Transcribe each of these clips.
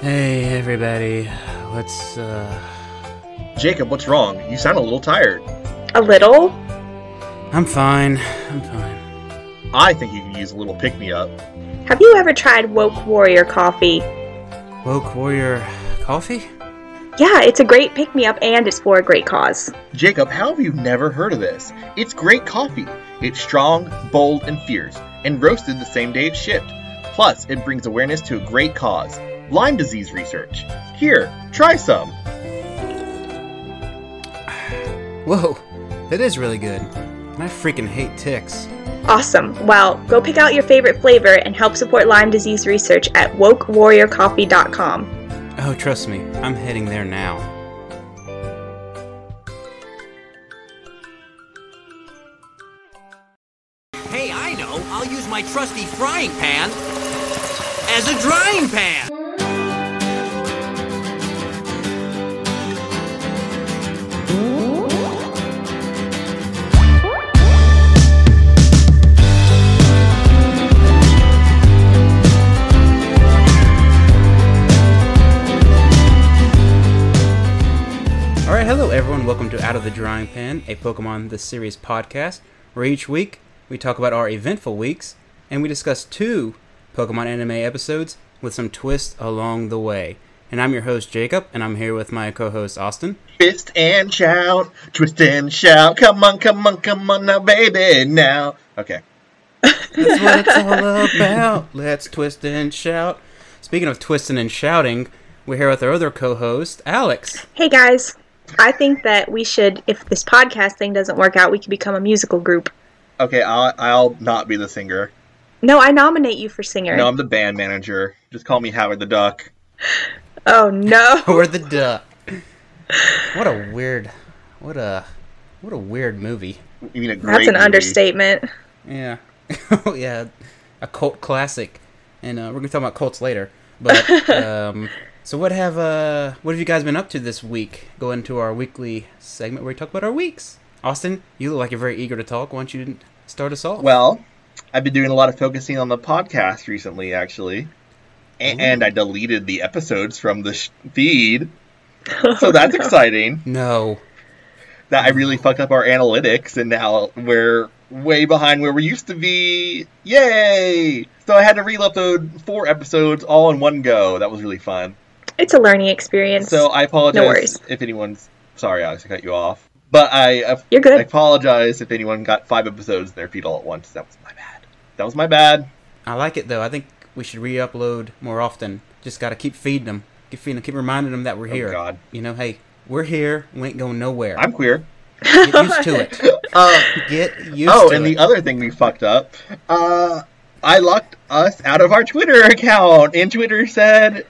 Hey, everybody. Let's, uh. Jacob, what's wrong? You sound a little tired. A little? I'm fine. I'm fine. I think you can use a little pick me up. Have you ever tried Woke Warrior coffee? Woke Warrior Coffee? Yeah, it's a great pick me up and it's for a great cause. Jacob, how have you never heard of this? It's great coffee. It's strong, bold, and fierce, and roasted the same day it's shipped. Plus, it brings awareness to a great cause Lyme disease research. Here, try some. Whoa, that is really good. And I freaking hate ticks. Awesome. Well, go pick out your favorite flavor and help support Lyme disease research at wokewarriorcoffee.com. Oh, trust me, I'm heading there now. Hey, I know. I'll use my trusty frying pan as a drying pan. Alright, hello everyone. Welcome to Out of the Drawing Pen, a Pokemon The Series podcast, where each week we talk about our eventful weeks and we discuss two Pokemon anime episodes with some twists along the way. And I'm your host, Jacob, and I'm here with my co host, Austin. Twist and shout, twist and shout. Come on, come on, come on now, baby, now. Okay. That's what it's all about. Let's twist and shout. Speaking of twisting and shouting, we're here with our other co host, Alex. Hey guys, I think that we should, if this podcast thing doesn't work out, we could become a musical group. Okay, I'll, I'll not be the singer. No, I nominate you for singer. No, I'm the band manager. Just call me Howard the Duck. oh no. Or the duck. What a weird what a what a weird movie. You mean a great That's an movie. understatement. Yeah. oh yeah. A cult classic. And uh, we're gonna talk about cults later. But um so what have uh what have you guys been up to this week? Go into our weekly segment where we talk about our weeks. Austin, you look like you're very eager to talk. Why don't you start us off? Well, I've been doing a lot of focusing on the podcast recently, actually, A- and I deleted the episodes from the sh- feed, so that's exciting. no. That I really fucked up our analytics, and now we're way behind where we used to be. Yay! So I had to re-upload four episodes all in one go. That was really fun. It's a learning experience. So I apologize No worries. if anyone's sorry, Alex, I cut you off. But I, I You're good. I apologize if anyone got five episodes in their feed all at once. That was my bad. That was my bad. I like it though. I think we should re-upload more often. Just gotta keep feeding them, keep feeding them, keep reminding them that we're here. Oh, God. You know, hey, we're here. We ain't going nowhere. I'm queer. Get used to it. Uh, Get used oh, to and it. the other thing we fucked up. Uh, I locked us out of our Twitter account, and Twitter said,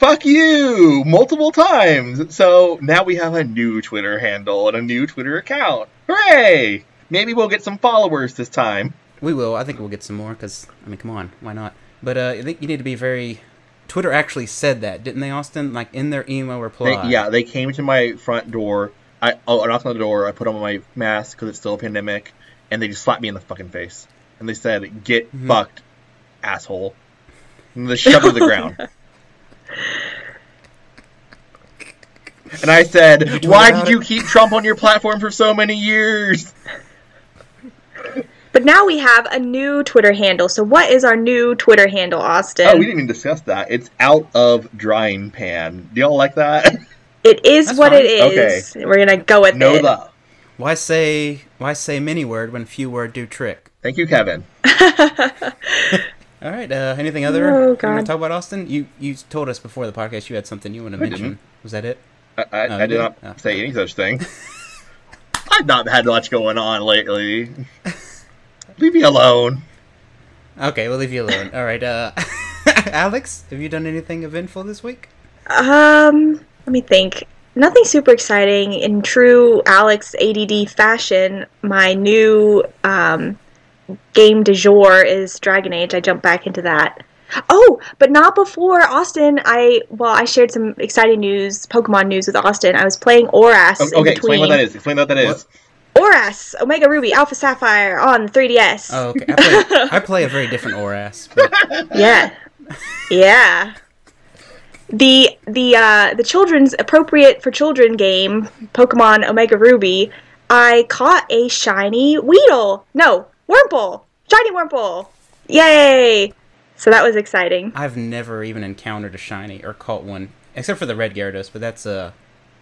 "Fuck you" multiple times. So now we have a new Twitter handle and a new Twitter account. Hooray! Maybe we'll get some followers this time. we will. I think we'll get some more because I mean, come on, why not? But uh, I think you need to be very. Twitter actually said that, didn't they, Austin? Like in their email They, reply. yeah, they came to my front door. I oh, I knocked on the door. I put on my mask because it's still a pandemic, and they just slapped me in the fucking face. And they said, "Get fucked, asshole." And they shoved me to the ground. And I said, tweet "Why about did you it?" keep Trump on your platform for so many years?" But now we have a new Twitter handle. So what is our new Twitter handle, Austin? Oh, we didn't even discuss that. It's out of drying pan. Do y'all like that? It is That's what fine. it is. We're gonna go with no, it. the. Why say why say many word when few word do trick? Thank you, Kevin. All right. Uh, anything other Oh, you want to God. talk about, Austin? You you told us before the podcast you had something you want to mention. Was that it? I, I, No, I did you not didn't? Oh. say any such thing. I've not had much going on lately. Leave me alone. Okay, we'll leave you alone. All right, uh, Alex, have you done anything eventful this week? Um, let me think. Nothing super exciting. In true Alex ADD fashion, my new um, game du jour is Dragon Age. I jumped back into that. Oh, but not before Austin. I well, I shared some exciting news, Pokemon news with Austin. I was playing Oras. O- Um, Okay, in between. explain what that is. Explain what that is. Oras, Omega Ruby, Alpha Sapphire on the 3DS. Oh, okay. I play, I play a very different Oras. But Yeah. Yeah. the the uh, the children's appropriate for children game, Pokemon Omega Ruby, I caught a shiny Weedle. No, Wurmple. Shiny Wurmple. Yay! So that was exciting. I've never even encountered a shiny or caught one, except for the red Gyarados. But that's uh,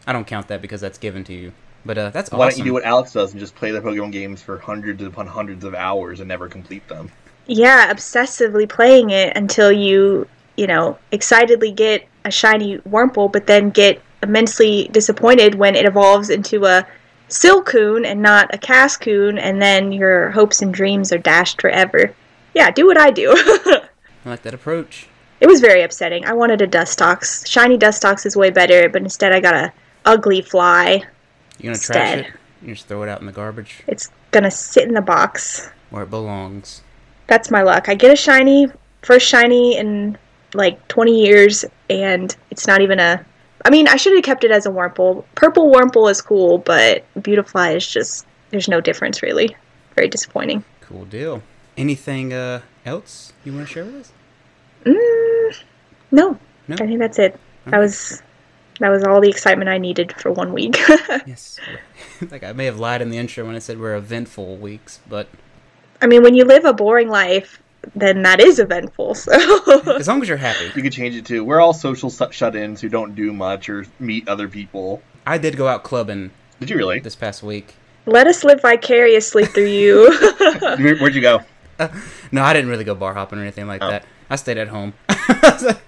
I don't count that because that's given to you. But uh, that's Why don't awesome. you do what Alex does and just play the Pokemon games for hundreds upon hundreds of hours and never complete them? Yeah, obsessively playing it until you, you know, excitedly get a shiny Wurmple, but then get immensely disappointed when it evolves into a Silcoon and not a Cascoon, and then your hopes and dreams are dashed forever. Yeah, do what I do. I like that approach. it was very upsetting. I wanted a Dustox. Shiny Dustox is way better, but instead I got a ugly fly. You gonna trash Instead. it? You just throw it out in the garbage It's gonna sit in the box. where it belongs. that's my luck. I get a shiny, first shiny in like 20 years, and it's not even a. I mean, I should have kept it as a Wurmple. Purple Wurmple is cool, but Beautifly is just. There's no difference, really. Very disappointing. Cool deal. Anything uh else you want to share with us? Mm, no. No? I think that's it. That was. That was all the excitement I needed for one week. Yes. like I may have lied in the intro when I said we're eventful weeks, but I mean, when you live a boring life, then that is eventful. So, as long as you're happy. You could change it to we're all social su- shut-ins who don't do much or meet other people. I did go out clubbing Did you really? this past week. let us live vicariously through you. Where, would you go? No, I didn't really go bar hopping or anything like Oh. that. I stayed at home.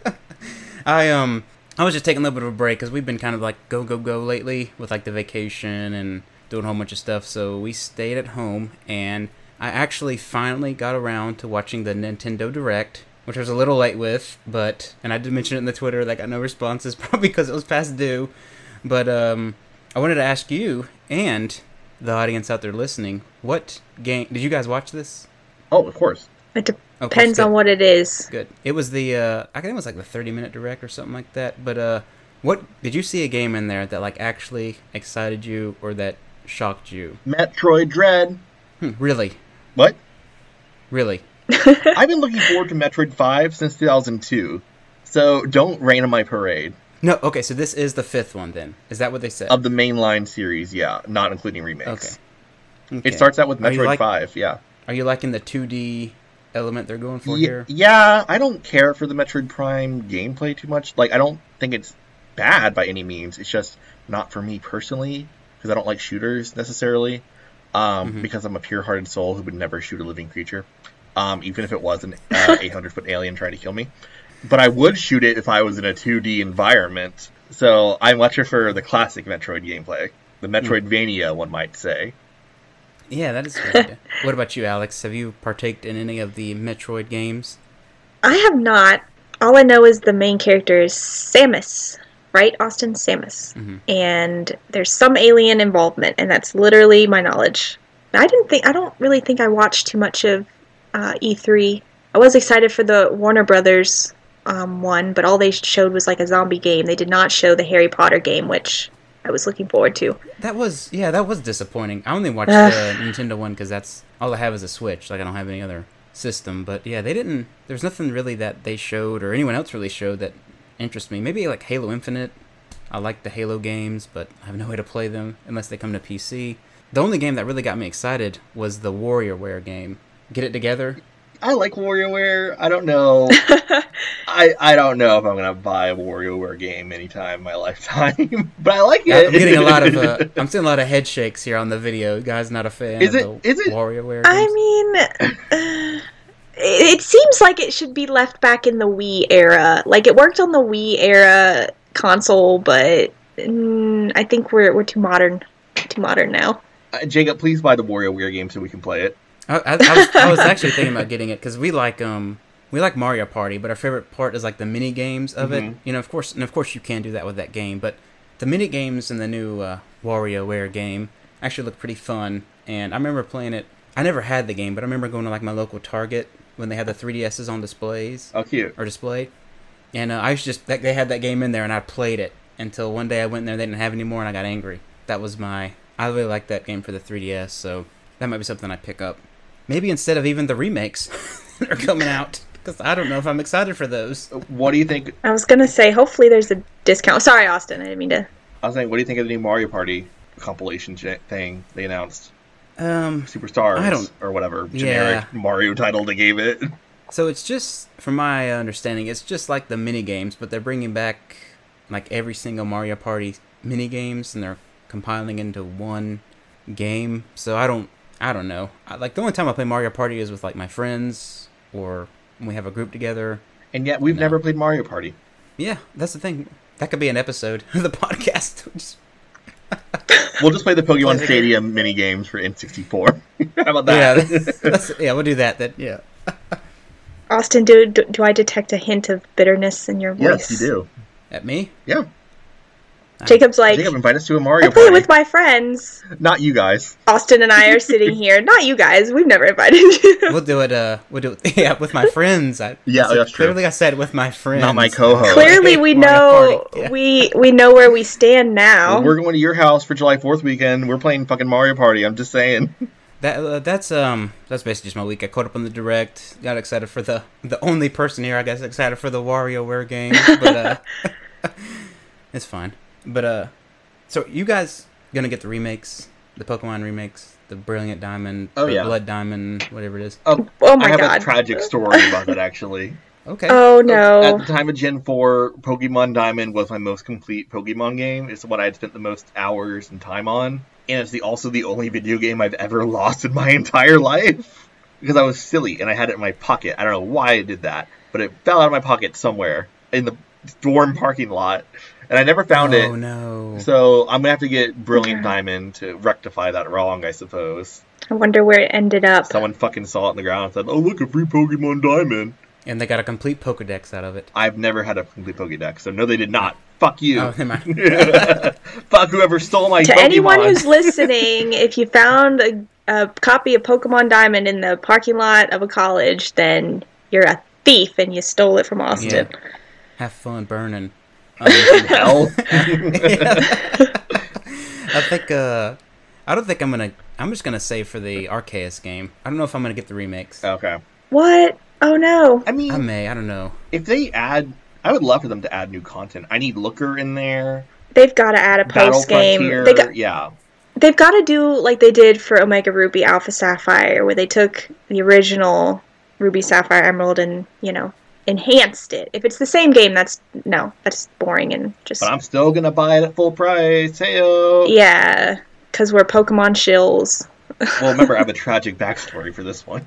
I um I was just taking a little bit of a break because we've been kind of like go go go lately with like the vacation and doing a whole bunch of stuff. So we stayed at home, and I actually finally got around to watching the Nintendo Direct, which I was a little late with, but and I did mention it in the Twitter that got no responses probably because it was past due. But um, I wanted to ask you and the audience out there listening, what game did you guys watch this? Oh, of course. it course, depends on good. what it is. Good. It was the uh, I think it was like the thirty minute direct or something like that. But uh, what did you see a game in there that like actually excited you or that shocked you? Metroid Dread. Hmm, really, What? really. I've been looking forward to Metroid 5 since 2002. So don't rain on my parade. No. Okay. So this is the fifth one. Then is that what they said? Of the mainline series, yeah, not including okay. remakes. Okay. It starts out with Are you Metroid like- 5, yeah. Are you liking the two D element they're going for Ye- here? yeah, I don't care for the Metroid Prime gameplay too much. Like, I don't think it's bad by any means. It's just not for me personally because I don't like shooters necessarily. Um, Mhm. Because I'm a pure-hearted soul who would never shoot a living creature, um, even if it was an uh, 800-foot alien trying to kill me. But I would shoot it if I was in a 2D environment. So I'm much for the classic Metroid gameplay, Hmm. the Metroidvania, one might say. Yeah, that is. a Good idea. what about you, Alex? Have you partaked in any of the Metroid games? I have not. All I know is the main character is Samus, right? Austin Samus. Mhm. And there's some alien involvement, and that's literally my knowledge. I didn't think, I don't really think I watched too much of uh, E3. I was excited for the Warner Brothers um, one, but all they showed was like a zombie game. They did not show the Harry Potter game, which I was looking forward to. That was yeah, that was disappointing. I only watched the Nintendo one because that's all I have is a Switch. Like I don't have any other system. But yeah, they didn't. There's nothing really that they showed or anyone else really showed that interests me. Maybe like Halo Infinite. I like the Halo games, but I have no way to play them unless they come to PC. The only game that really got me excited was the WarriorWare game. Get it together. I like WarioWare. I don't know. I I don't know if I'm gonna buy a WarioWare game anytime in my lifetime, but I like it. I'm getting a lot of. Uh, I'm seeing a lot of head shakes here on the video. Guys, not a fan. Is of it- the is it- WarioWare? I games. mean, uh, it it seems like it should be left back in the Wii era. Like it worked on the Wii era console, but mm, I think we're we're too modern, too modern now. Uh, Jacob, please buy the WarioWare game so we can play it. I, I, I, was, I was actually thinking about getting it because we like um we like Mario Party, but our favorite part is like the mini games of it. Mhm. You know, of course, and of course you can do that with that game, but the mini games in the new uh, WarioWare game actually look pretty fun. And I remember playing it. I never had the game, but I remember going to like my local Target when they had the 3DSs on displays Oh, cute. or displayed, and uh, I used to just that, they had that game in there, and I played it until one day I went in there they didn't have any more, and I got angry. That was my I really liked that game for the 3DS, so that might be something I pick up. Maybe instead of even the remakes that are coming out, 'cause Because I don't know if I'm excited for those. What do you think? I was gonna say, hopefully there's a discount. Sorry, Austin, I didn't mean to. I was saying, what do you think of the new Mario Party compilation j- thing they announced? Um, Superstars I don't- or whatever Yeah. generic Mario title they gave it. so it's just, from my understanding, it's just like the mini games, but they're bringing back like every single Mario Party mini games, and they're compiling into one game. So I don't, I don't know. I, like the only time I play Mario Party is with like my friends or when we have a group together. And yet we've never played Mario Party. Yeah, that's the thing. That could be an episode of the podcast. Just- We'll just play the Pokemon Stadium mini games for N64. How about yeah, that? that's, yeah, we'll do that. That yeah. Austin, do, do do I detect a hint of bitterness in your voice? yes, you do. At me? Yeah. Jacob's like, Jacob, invite us to a I Mario play Party. with my friends. Not you guys. Austin and I are sitting here. Not you guys. We've never invited you. We'll do it. Uh, we'll do it. Yeah, with my friends. I, Yeah, I said- that's true. Clearly, I said with my friends. Not my co-host. Clearly, we Mario know Party, yeah. we we know where we stand now. We're going to your house for July 4th weekend. We're playing fucking Mario Party. I'm just saying. Oh That uh, that's um that's basically just my week. I caught up on the direct. Got excited for the the only person here. I guess excited for the WarioWare game, but uh, it's fine. But uh, so you guys gonna get the remakes, the Pokemon remakes, the Brilliant Diamond, Oh, the yeah. Blood Diamond, whatever it is. Um, oh my I have god. a tragic story about that, actually. Okay. oh At no. the time of Gen 4, Pokemon Diamond was my most complete Pokemon game. It's what I had spent the most hours and time on. And it's the, also the only video game I've ever lost in my entire life. Because I was silly and I had it in my pocket. I don't know why I did that, but it fell out of my pocket somewhere in the dorm parking lot. And I never found oh it. no. So I'm gonna have to get Brilliant Okay. Diamond to rectify that wrong, I suppose. I wonder where it ended up. Someone fucking saw it on the ground and said, "Oh, look, a free Pokemon Diamond." and they got a complete Pokedex out of it. I've never had a complete Pokedex, so no, they did not. Fuck you. Oh, never mind. Fuck whoever stole my to Pokemon. anyone who's listening, if you found a, a copy of Pokemon Diamond in the parking lot of a college, then you're a thief and you stole it from Austin. Yeah. Have fun burning. Um, hell. I think uh I don't think I'm gonna I'm just gonna save for the Arceus game. I don't know if I'm gonna get the remakes. okay. What? Oh no. I mean, I may, I don't know. if they add, I would love for them to add new content. I need Looker in there. They've got to add a Battle post game. Frontier. They got, yeah. they've got to do like they did for Omega Ruby Alpha Sapphire, where they took the original Ruby Sapphire Emerald and you know enhanced it. If it's the same game, that's no, that's boring and just But I'm still gonna buy it at full price. Heyo. yeah, because we're Pokemon shills. Well, remember, I have a tragic backstory for this one.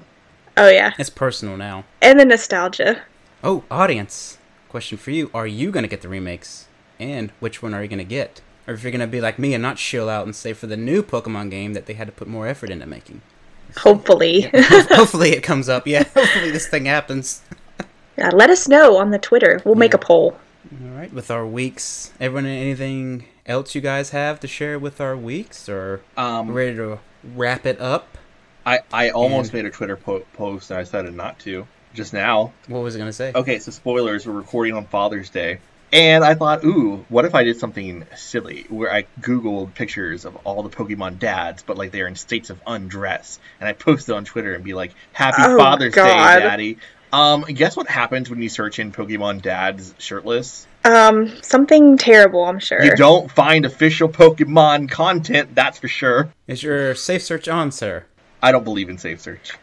Oh yeah, It's personal now. and the nostalgia. Oh, audience. Question for you. Are you gonna get the remakes? And which one are you gonna get? Or if you're gonna be like me and not chill out and save for the new Pokemon game that they had to put more effort into making. Hopefully. Hopefully it comes up, yeah. Hopefully this thing happens. Yeah, let us know on the Twitter. We'll make a poll. All right, with our weeks, everyone, anything else you guys have to share with our weeks, or Um, ready to wrap it up? I, I almost Yeah. made a Twitter po- post and I decided not to just now. What was it gonna say? Okay, so spoilers, we're recording on Father's Day. And I thought, ooh, what if I did something silly where I Googled pictures of all the Pokemon dads, but like they're in states of undress. And I posted on Twitter and be like, Happy Oh, Father's God. Day, Daddy. Um, guess what happens when you search in Pokemon dads shirtless? Um, something terrible, I'm sure. You don't find official Pokemon content, that's for sure. Is your safe search on, sir? I don't believe in safe search.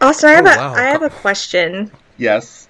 Austin, I have Oh, a wow. I have a question. Yes.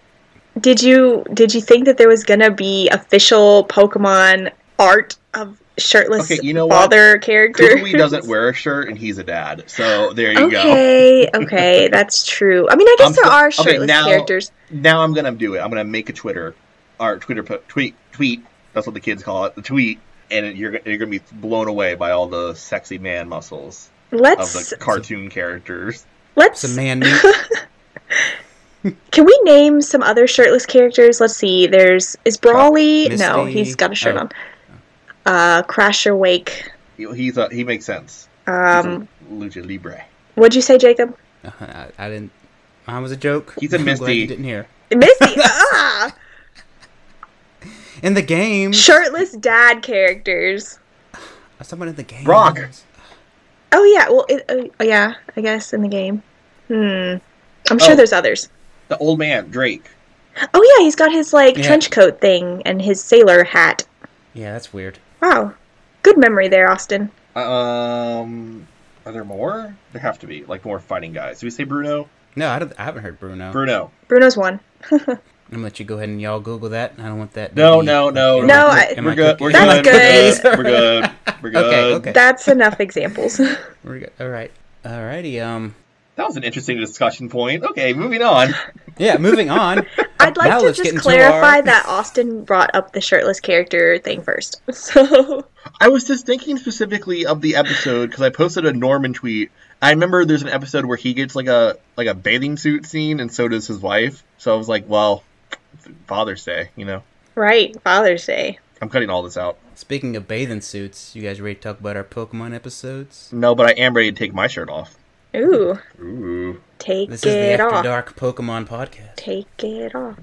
Did you did you think that there was gonna be official Pokemon art of shirtless Okay, you know what? father character? Kukui doesn't wear a shirt and he's a dad. So there you go. Okay, okay, that's true. I mean, I guess I'm there so- are okay, shirtless now- characters. now I'm gonna do it. I'm gonna make a Twitter, or Twitter po- tweet tweet. That's what the kids call it, the tweet. And you're you're gonna be blown away by all the sexy man muscles of Let's the cartoon characters. It's let's a man meat. can we name some other shirtless characters? Let's see. There's is Brawly? No, Misty. he's got a shirt Oh. on. Uh, Crasher Wake. He- He's a, he makes sense. He's a Um, lucha libre. What'd you say, Jacob? Uh-huh, I, I didn't. Mine was a joke. He's a I'm glad Misty. you didn't hear. Misty, ah, In the game. shirtless dad characters. Someone in the game. Brock. Oh yeah, well, it, oh yeah, I guess in the game. Hmm, I'm sure Oh. there's others. The old man, Drake. Oh yeah, he's got his like Yeah. trench coat thing and his sailor hat. Yeah, that's weird. Wow, good memory there, Austin. Um, are there more? There have to be like more fighting guys. Did we say Bruno? No, I, don't, I haven't heard Bruno. Bruno. Bruno's one. I'm gonna let you go ahead and y'all Google that. I don't want that. to No, be- no, no, Am No, cook- I- am We're good. cooking? We're That's good. We're good. We're good. good. We're good. Okay, okay. That's enough examples. We're good. All right, all righty. Um, That was an interesting discussion point. Okay, moving on. yeah. Moving on. I'd like Now to let's get just into clarify our- that Austin brought up the shirtless character thing first. So I was just thinking specifically of the episode because I posted a Norman tweet. I remember there's an episode where he gets like a like a bathing suit scene, and so does his wife. So I was like, well, Father's Day, you know. right, Father's Day. I'm cutting all this out. Speaking of bathing suits, you guys ready to talk about our Pokemon episodes? No, but I am ready to take my shirt off. Ooh, Ooh. take This is the it After off. Dark Pokemon podcast. Take it off.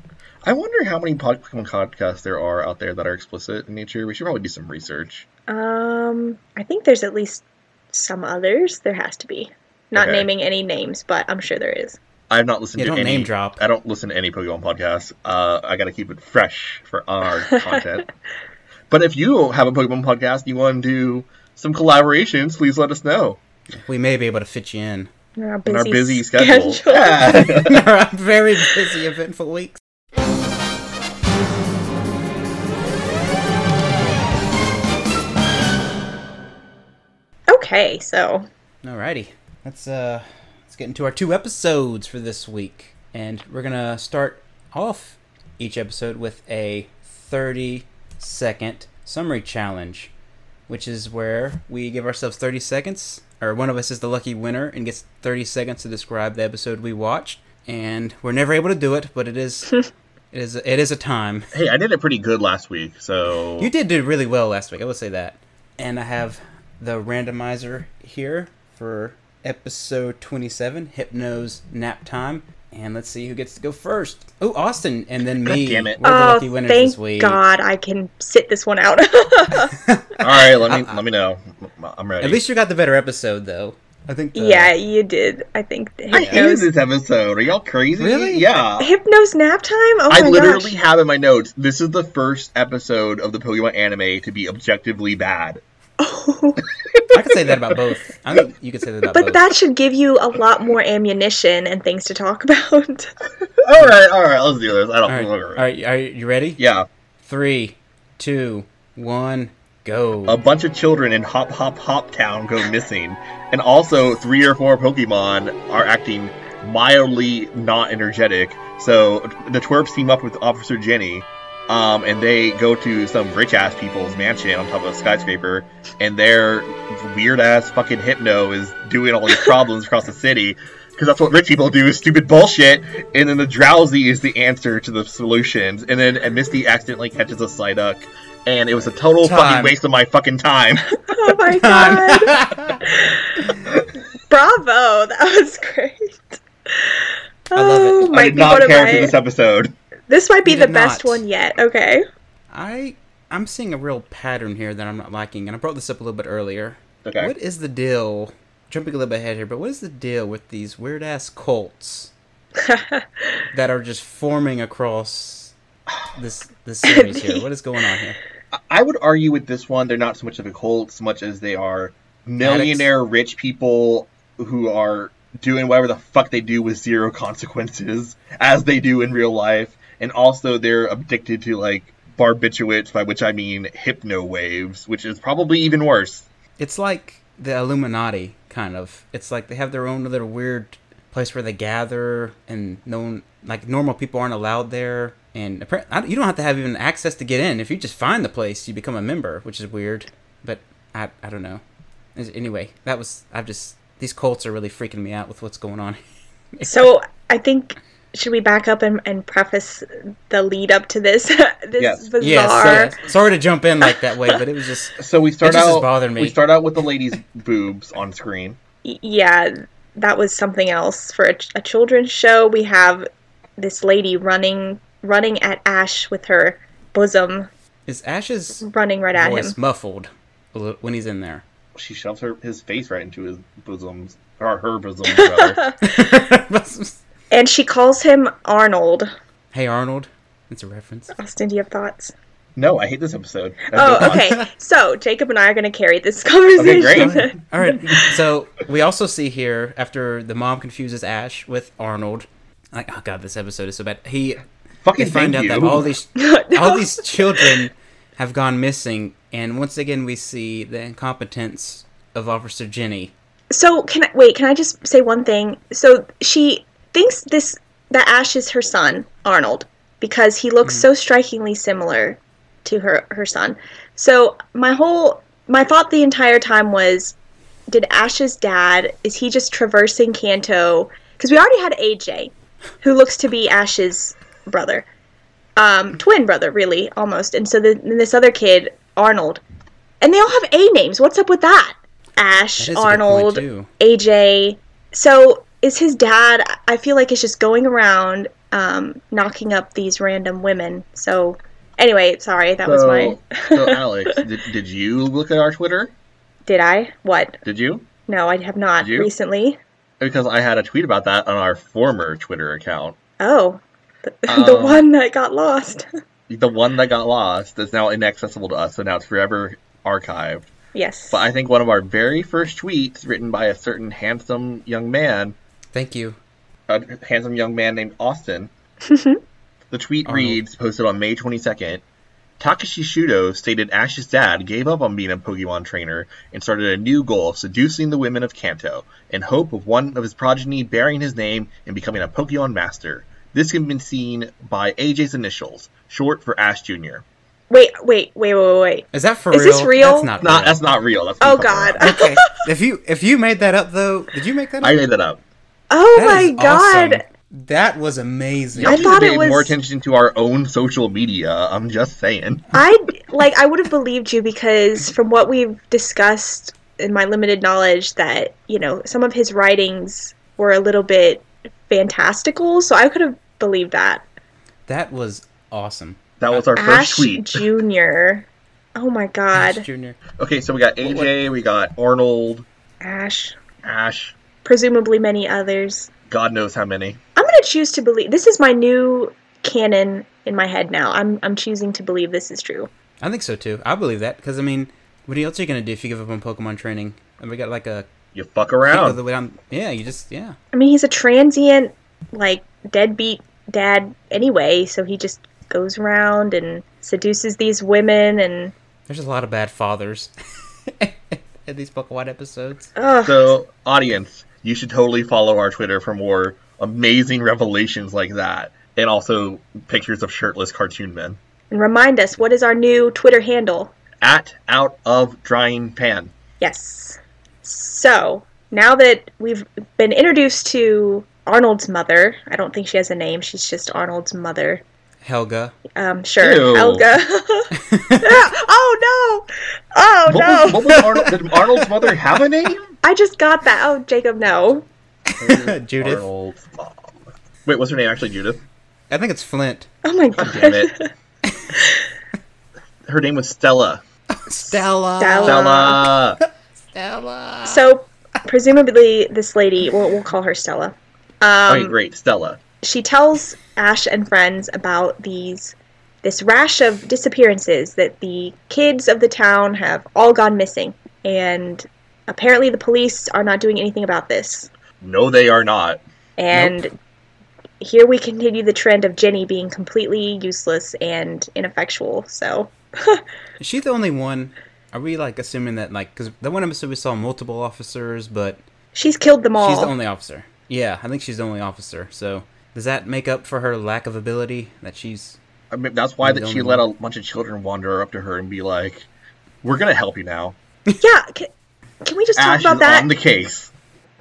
I wonder how many pod- podcasts there are out there that are explicit in nature. We should probably do some research. Um, I think there's at least some others. There has to be. Not Okay. naming any names, but I'm sure there is. I've not listened Yeah, to don't any name drop. I don't listen to any Pokemon podcasts. Uh, I got to keep it fresh for our content. But if you have a Pokemon podcast, you want to do some collaborations, please let us know. We may be able to fit you in. In our In busy, our busy schedule. schedule. Yeah. our very busy, eventful weeks. Okay, so Alrighty, let's uh, let's get into our two episodes for this week, and we're gonna start off each episode with a thirty-second summary challenge, which is where we give ourselves thirty seconds, or one of us is the lucky winner and gets thirty seconds to describe the episode we watched. And we're never able to do it, but it is it is it is a time. hey, I did it pretty good last week, so You did do really well last week, I will say that. And I have the randomizer here for episode 27, Hypno's Nap Time. And let's see who gets to go first. Oh, Austin, and then me. God damn it. We're the oh, lucky winners thank this week. God I can sit this one out. all right. Let me let me know. I'm ready. At least you got the better episode, though. I think. uh, The, yeah, you did. I think the I hated hypnos. this episode. Are y'all crazy? Really? Oh Yeah. Hypnos nap time. Oh I my literally gosh! have in my notes. This is the first episode of the Pokemon anime to be objectively bad. I could say that about both. I think you could say that about both. But that should give you a lot more ammunition and things to talk about. All right, all right. Let's do this. I all, don't. right. all right, are you ready? Yeah. Three, two, one, go. A bunch of children in Hop Hop Hop Town go missing, and also three or four Pokemon are acting mildly not energetic. So the twerps team up with Officer Jenny, um, and they go to some rich ass people's mansion on top of a skyscraper, and their weird ass fucking hypno is doing all these problems across the city. Because that's what rich people do, is stupid bullshit. And then the drowsy is the answer to the solutions. And then and Misty accidentally catches a Psyduck. And it was a total Time. fucking waste of my fucking time. Oh my god! I Bravo! That was great. I love it. Oh, I might did be one not of care my. for this episode. this might be You the did best not. one yet. Okay. I'm seeing a real pattern here that I'm not liking, and I brought this up a little bit earlier. Okay. What is the deal? Jumping a little bit ahead here, but what is the deal with these weird ass cults that are just forming across this this series here? What is going on here? I would argue with this one, they're not so much of a cult so much as they are millionaire rich people who are doing whatever the fuck they do with zero consequences, as they do in real life. And also, they're addicted to, like, barbiturates, by which I mean hypno waves, which is probably even worse. It's like the Illuminati kind of. It's like they have their own little weird place where they gather, and no one, like normal people aren't allowed there. And appar- I don't- you don't have to have even access to get in. If you just find the place, you become a member, which is weird. But I, I don't know. Is- Anyway, that was I've just these cults are really freaking me out with what's going on. So I think should we back up and, and preface the lead up to this this Yes. bizarre Yeah, so, sorry to jump in like that way, but it was just So we start just is out. bothering me. We start out with the lady's boobs on screen. y- yeah that was something else for a, ch- a children's show we have this lady running running at ash with her bosom is Ash's running right at voice him muffled a little- when he's in there. She shoves her his face right into his bosoms, or her bosoms. rather. And she calls him Arnold. Hey Arnold, it's a reference. Austin, do you have thoughts? No, I hate this episode. Now, Oh, go on. okay. So Jacob and I are going to carry this conversation. great. All right. So we also see here after the mom confuses Ash with Arnold. Like, oh god, this episode is so bad. He Fucking they find thank out you. that all these all these children have gone missing, and once again we see the incompetence of Officer Jenny. So can I wait? Can I just say one thing? So she thinks this that Ash is her son Arnold because he looks so strikingly similar to her her son. So my whole my thought the entire time was, did Ash's dad is he just traversing Kanto? Because we already had AJ, who looks to be Ash's brother, um, twin brother really almost, and so then this other kid Arnold, and they all have A names. What's up with that? Ash, That is a good point, Arnold, too. AJ. So is his dad? I feel like it's just going around um, knocking up these random women. So anyway, sorry, that was my. So, so Alex, did, did you look at our Twitter? Did I? What? Did you? No, I have not Did you? recently. Because I had a tweet about that on our former Twitter account. Oh, the, the Um, one that got lost. The one that got lost is now inaccessible to us, so now it's forever archived. yes. But I think one of our very first tweets, written by a certain handsome young man, Thank you. a handsome young man named Austin. Mm-hmm. the tweet Arnold. reads, posted on May 22nd, Takashi Shudo stated Ash's dad gave up on being a Pokemon trainer and started a new goal of seducing the women of Kanto in hope of one of his progeny bearing his name and becoming a Pokemon master. This can be seen by AJ's initials, short for Ash Jr. wait, wait, wait, wait, wait, wait. Is that for Is real? this real? That's not. Not, real. that's not real. That's Oh fucking around. God. okay. If you if you made that up though, did you make that up? I made that up. Oh That my is God. awesome. That was amazing. Y'all I should thought have it paid more was- attention to our own social media. I'm just saying. I like. I would have believed you because from what we've discussed in my limited knowledge, that you know some of his writings were a little bit fantastical. So I could have believed that. That was awesome. That was our Ash first tweet. Junior. Oh my God. Ash Jr. Okay, so we got AJ, we got Arnold, Ash. Ash, Presumably many others. God knows how many. I'm gonna choose to believe this is my new canon in my head now. I'm I'm choosing to believe this is true. I think so too. I believe that because I mean, what else are you gonna do if you give up on Pokemon training? And we got like a You fuck Oh, the around. way I'm- yeah, you just yeah. I mean, he's a transient, like deadbeat dad anyway, so he just goes around and seduces these women and There's a lot of bad fathers in these Pokemon episodes. ugh. So, audience, you should totally follow our Twitter for more amazing revelations like that, and also pictures of shirtless cartoon men. and remind us what is our new Twitter handle? At out of drying pan. Yes. So now that we've been introduced to Arnold's mother, I don't think she has a name. She's just Arnold's mother. Helga. Um, sure, Ew. Helga. oh no! Oh What, no! was, what was Arnold? Did Arnold's mother have a name? I just got that. Oh, Jacob, no. Judith. Arnold's mom. Wait, what's her name actually? Judith. I think it's Flint. Oh my God damn god. it. her name was Stella. Stella. Stella. Stella. Stella. So, presumably, this lady, we'll, we'll call her Stella, okay, great, Stella. she tells Ash and friends about these this rash of disappearances that the kids of the town have all gone missing, and apparently the police are not doing anything about this. No, they are not. And here we continue the trend of Jenny being completely useless and ineffectual. So, Is she the only one? Are we like assuming that like because the one episode we saw multiple officers, but she's killed them all. she's the only officer. Yeah, I think she's the only officer. So does that make up for her lack of ability that she's? I mean, that's why that the she only let a bunch of children wander up to her and be like, "We're gonna help you now." Yeah, can, can we just talk Ash is about that? on the case.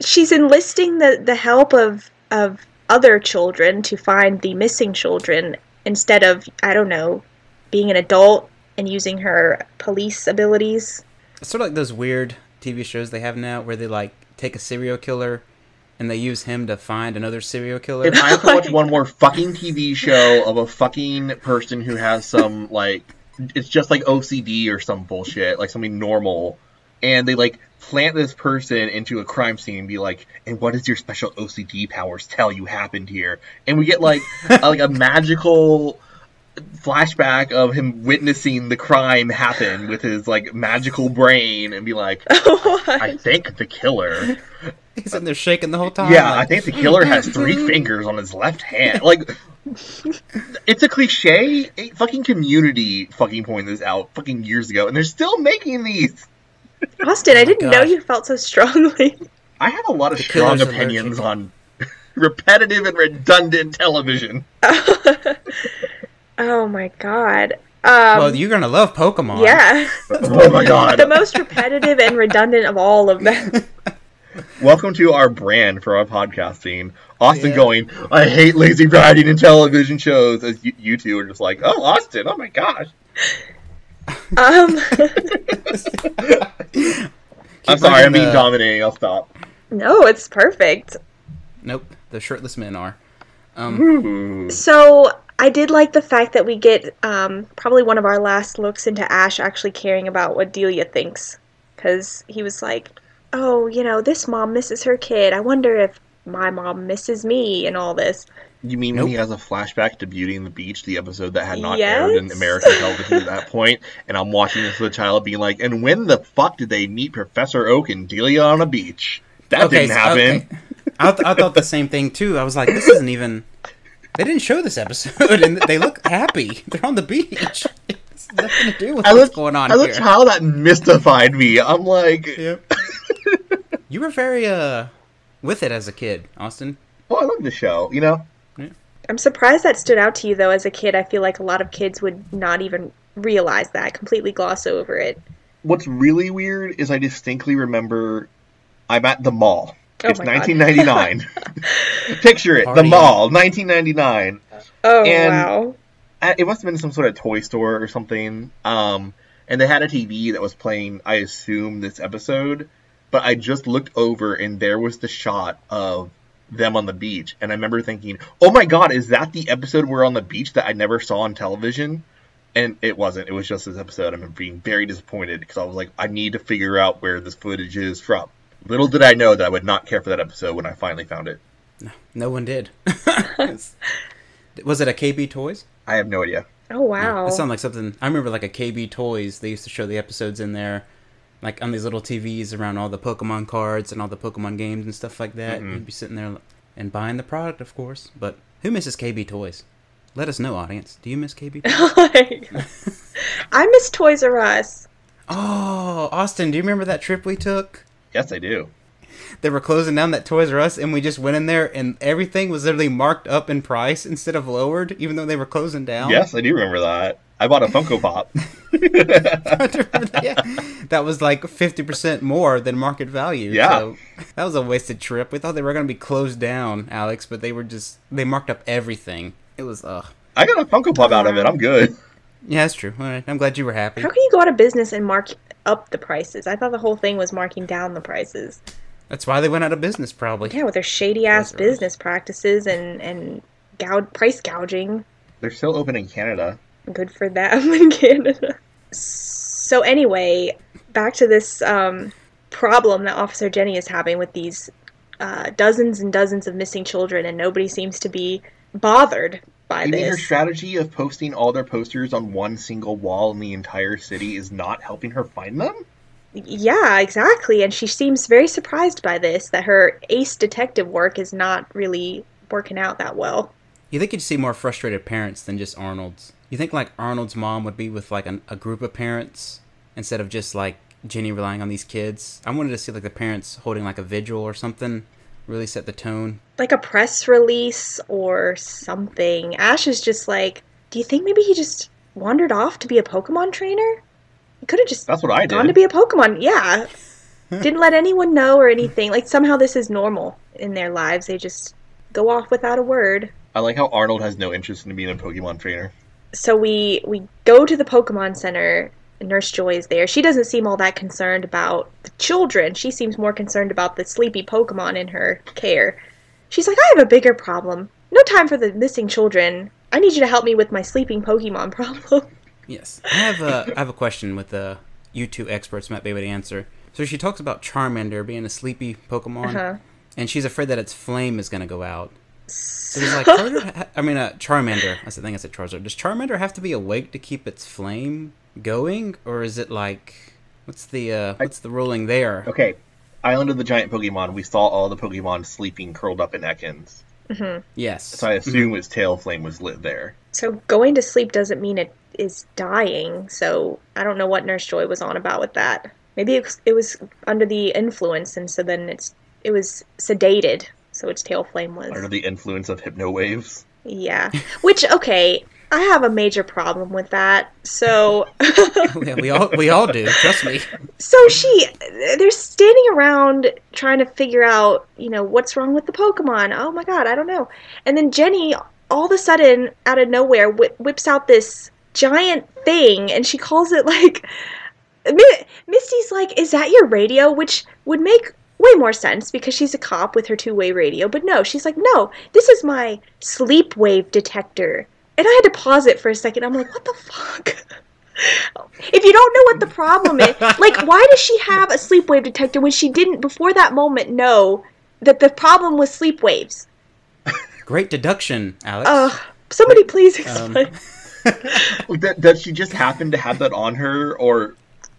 She's enlisting the, the help of of other children to find the missing children instead of I don't know being an adult and using her police abilities. It's sort of like those weird TV shows they have now where they like take a serial killer and they use him to find another serial killer. If I have to watch one more fucking TV show of a fucking person who has some like, it's just like OCD or some bullshit, like something normal. and they like plant this person into a crime scene and be like, "And what does your special OCD powers tell you happened here?" And we get like a, like a magical flashback of him witnessing the crime happen with his like magical brain and be like, "I think the killer He's in there shaking the whole time. yeah, I like, think the killer has three fingers on his left hand. Like, it's a cliche. A fucking community fucking pointed this out fucking years ago, and they're still making these. Austin, I didn't know oh gosh. you felt so strongly. I have a lot of The strong killer's allergic. opinions on repetitive and redundant television. Oh my god. Um, well, you're gonna love Pokemon. yeah, oh my the god! most repetitive and redundant of all of them. Welcome to our brand for our podcasting. Austin Yeah. going, I hate lazy writing and television shows. As you, you two are just like, oh, Austin, oh my gosh. Um, I'm sorry, liking I'm being the- dominating. I'll stop. no, it's perfect. Nope. The shirtless men are. Ooh. So I did like the fact that we get um, probably one of our last looks into Ash actually caring about what Delia thinks, because he was like, "Oh, you know, this mom misses her kid. I wonder if my mom misses me and all this." You mean when he has a flashback to Beauty and the Beach, the episode that had not aired in Yes. American television at that point, and I'm watching this with a child being like, and when the fuck did they meet Professor Oak and Delia on a beach? That didn't so- happen. okay. I, th- I thought the same thing too. I was like, this isn't even. They didn't show this episode, and they look happy. They're on the beach. It's nothing to do with As what's a- going on As here. a child, that mystified me. I'm like, Yep. you were very uh with it as a kid, Austin. oh, I love the show, you know? I'm surprised that stood out to you though. As a kid, I feel like a lot of kids would not even realize that, completely gloss over it. What's really weird is I distinctly remember I'm at the mall. Oh it's my God. 1999. Picture it, the Party. mall, 1999. Oh And- wow! I- it must have been some sort of toy store or something. Um, and they had a TV that was playing, I assume, this episode. But I just looked over and there was the shot of them on the beach. And I remember thinking, oh my god, is that the episode we're on the beach that I never saw on television? And it wasn't. It was just this episode. I'm being very disappointed because I was like, I need to figure out where this footage is from. Little did I know that I would not care for that episode when I finally found it. No one did. was it a KB Toys? I have no idea. Oh wow! That sounded like something. I remember like a KB Toys. They used to show the episodes in there, like on these little TVs around all the Pokemon cards and all the Pokemon games and stuff like that. You'd be sitting there and buying the product, of course. But who misses KB Toys? Let us know, audience. Do you miss KB? Toys? Like, I miss Toys R Us. oh, Austin, do you remember that trip we took? Yes, I do. They were closing down that Toys R Us, and we just went in there, and everything was literally marked up in price instead of lowered, even though they were closing down. Yes, I do remember that. I bought a Funko Pop. yeah. That was like 50% more than market value. Yeah. So that was a wasted trip. We thought they were going to be closed down, Alex, but they were just, they marked up everything. It was, ugh. I got a Funko Pop out of it. I'm good. Yeah, that's true. All right. I'm glad you were happy. How can you go out of business and mark up the prices? I thought the whole thing was marking down the prices. That's why they went out of business, probably. Yeah, with their shady ass Toys R Us. business practices and and gou- price gouging. They're still open in Canada. Good for them in Canada. So anyway, back to this um, problem that Officer Jenny is having with these uh, dozens and dozens of missing children, and nobody seems to be bothered by You mean her this. strategy of posting all their posters on one single wall in the entire city is not helping her find them? Yeah, exactly. And she seems very surprised by this that her ace detective work is not really working out that well. You think you'd see more frustrated parents than just Arnold's. You think like Arnold's mom would be with like an, a group of parents instead of just like Jenny relying on these kids. I wanted to see like the parents holding like a vigil or something, really set the tone. like a press release or something. Ash is just like, do you think maybe he just wandered off to be a Pokemon trainer? He could have just That's what I gone to did. be a Pokemon. Yeah. Didn't let anyone know or anything. Like somehow this is normal in their lives. They just go off without a word. I like how Arnold has no interest in being a Pokemon trainer. So we we go to the Pokemon Center. Nurse Joy is there. She doesn't seem all that concerned about the children. She seems more concerned about the sleepy Pokemon in her care. She's like, I have a bigger problem. No time for the missing children. I need you to help me with my sleeping Pokemon problem. Yes, I have a I have a question with uh, you two experts might be able to answer. So she talks about Charmander being a sleepy Pokemon, Uh-huh. and she's afraid that its flame is going to go out. So there's like, Charizard ha- I mean, uh, Charmander. I said- I think I said Charizard. Does Charmander have to be awake to keep its flame going, or is it like, what's the uh, what's the ruling there? Okay, Island of the Giant Pokemon. We saw all the Pokemon sleeping, curled up in Ekans. Yes. So I assume its tail flame was lit there. So going to sleep doesn't mean it is dying. So I don't know what Nurse Joy was on about with that. Maybe it was, it was under the influence, and so then it's it was sedated. So its tail flame Under was the influence of hypno waves. yeah. Which okay, I have a major problem with that. So yeah, we all we all do. Trust me. so she they're standing around trying to figure out you know what's wrong with the pokemon oh my god i don't know and then jenny all of a sudden out of nowhere whi whips out this giant thing and she calls it like Mi- misty's like is that your radio which would make way more sense because she's a cop with her two-way radio but no she's like no this is my sleep wave detector and i had to pause it for a second i'm like what the fuck if you don't know what the problem is, like, why does she have a sleep wave detector when she didn't, before that moment, know that the problem was sleep waves? Great deduction, Alex. Ugh. Somebody please explain. D- does she just happen to have that on her, or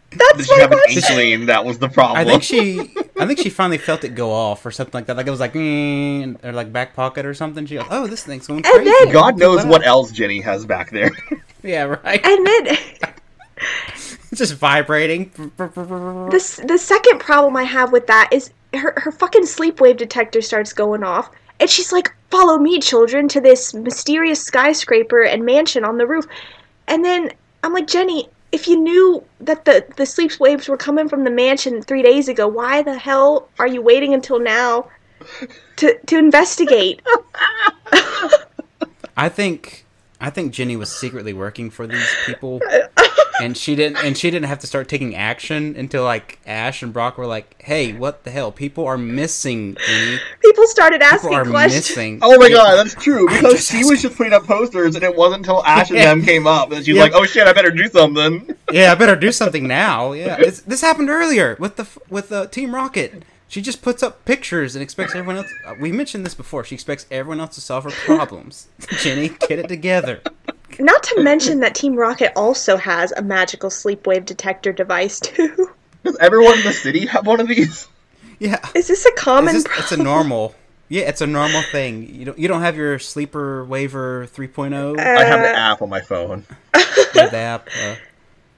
did That's she my have an question. inkling that was the problem? I think she I think she finally felt it go off or something like that. Like it was like mm, or like back pocket or something. She goes, oh, this thing's going And crazy. then- God knows what else Jenny has back there. Yeah, right. And then It's just vibrating. the, s- the second problem I have with that is her, her fucking sleep wave detector starts going off, and she's like, follow me, children, to this mysterious skyscraper and mansion on the roof. And then I'm like, Jenny, if you knew that the, the sleep waves were coming from the mansion three days ago, why the hell are you waiting until now to, to investigate? I think I think Jenny was secretly working for these people, and she didn't and she didn't have to start taking action until like Ash and Brock were like, "Hey, what the hell? People are missing. Jenny. People started People asking are questions. missing." Oh my god, that's true. Because just she was just putting up posters, and it wasn't until Ash and Yeah. them came up that she's Yeah. like, "Oh shit, I better do something." yeah, I better do something now. Yeah, it's, this happened earlier with the f- with uh, Team Rocket. She just puts up pictures and expects everyone else. uh, We mentioned this before. She expects everyone else to solve her problems. Jenny, get it together. Not to mention that Team Rocket also has a magical sleep wave detector device, too. Does everyone in the city have one of these? Yeah, Is this a common it's, just, problem? it's a normal. Yeah, it's a normal thing. You don't you don't have your sleeper waiver 3.0 Uh, I have an app on my phone. with app. Uh,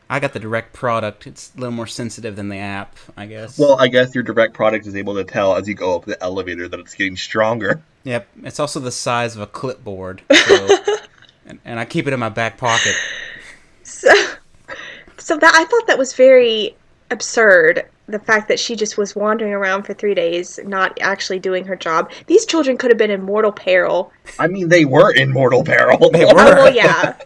I got the direct product. It's a little more sensitive than the app, I guess. Well, I guess your direct product is able to tell as you go up the elevator that it's getting stronger. Yep. It's also the size of a clipboard. So, and, and I keep it in my back pocket. So, so that I thought that was very absurd. The fact that she just was wandering around for three days, not actually doing her job. These children could have been in mortal peril. I mean, they were in mortal peril. They were. Oh well, yeah,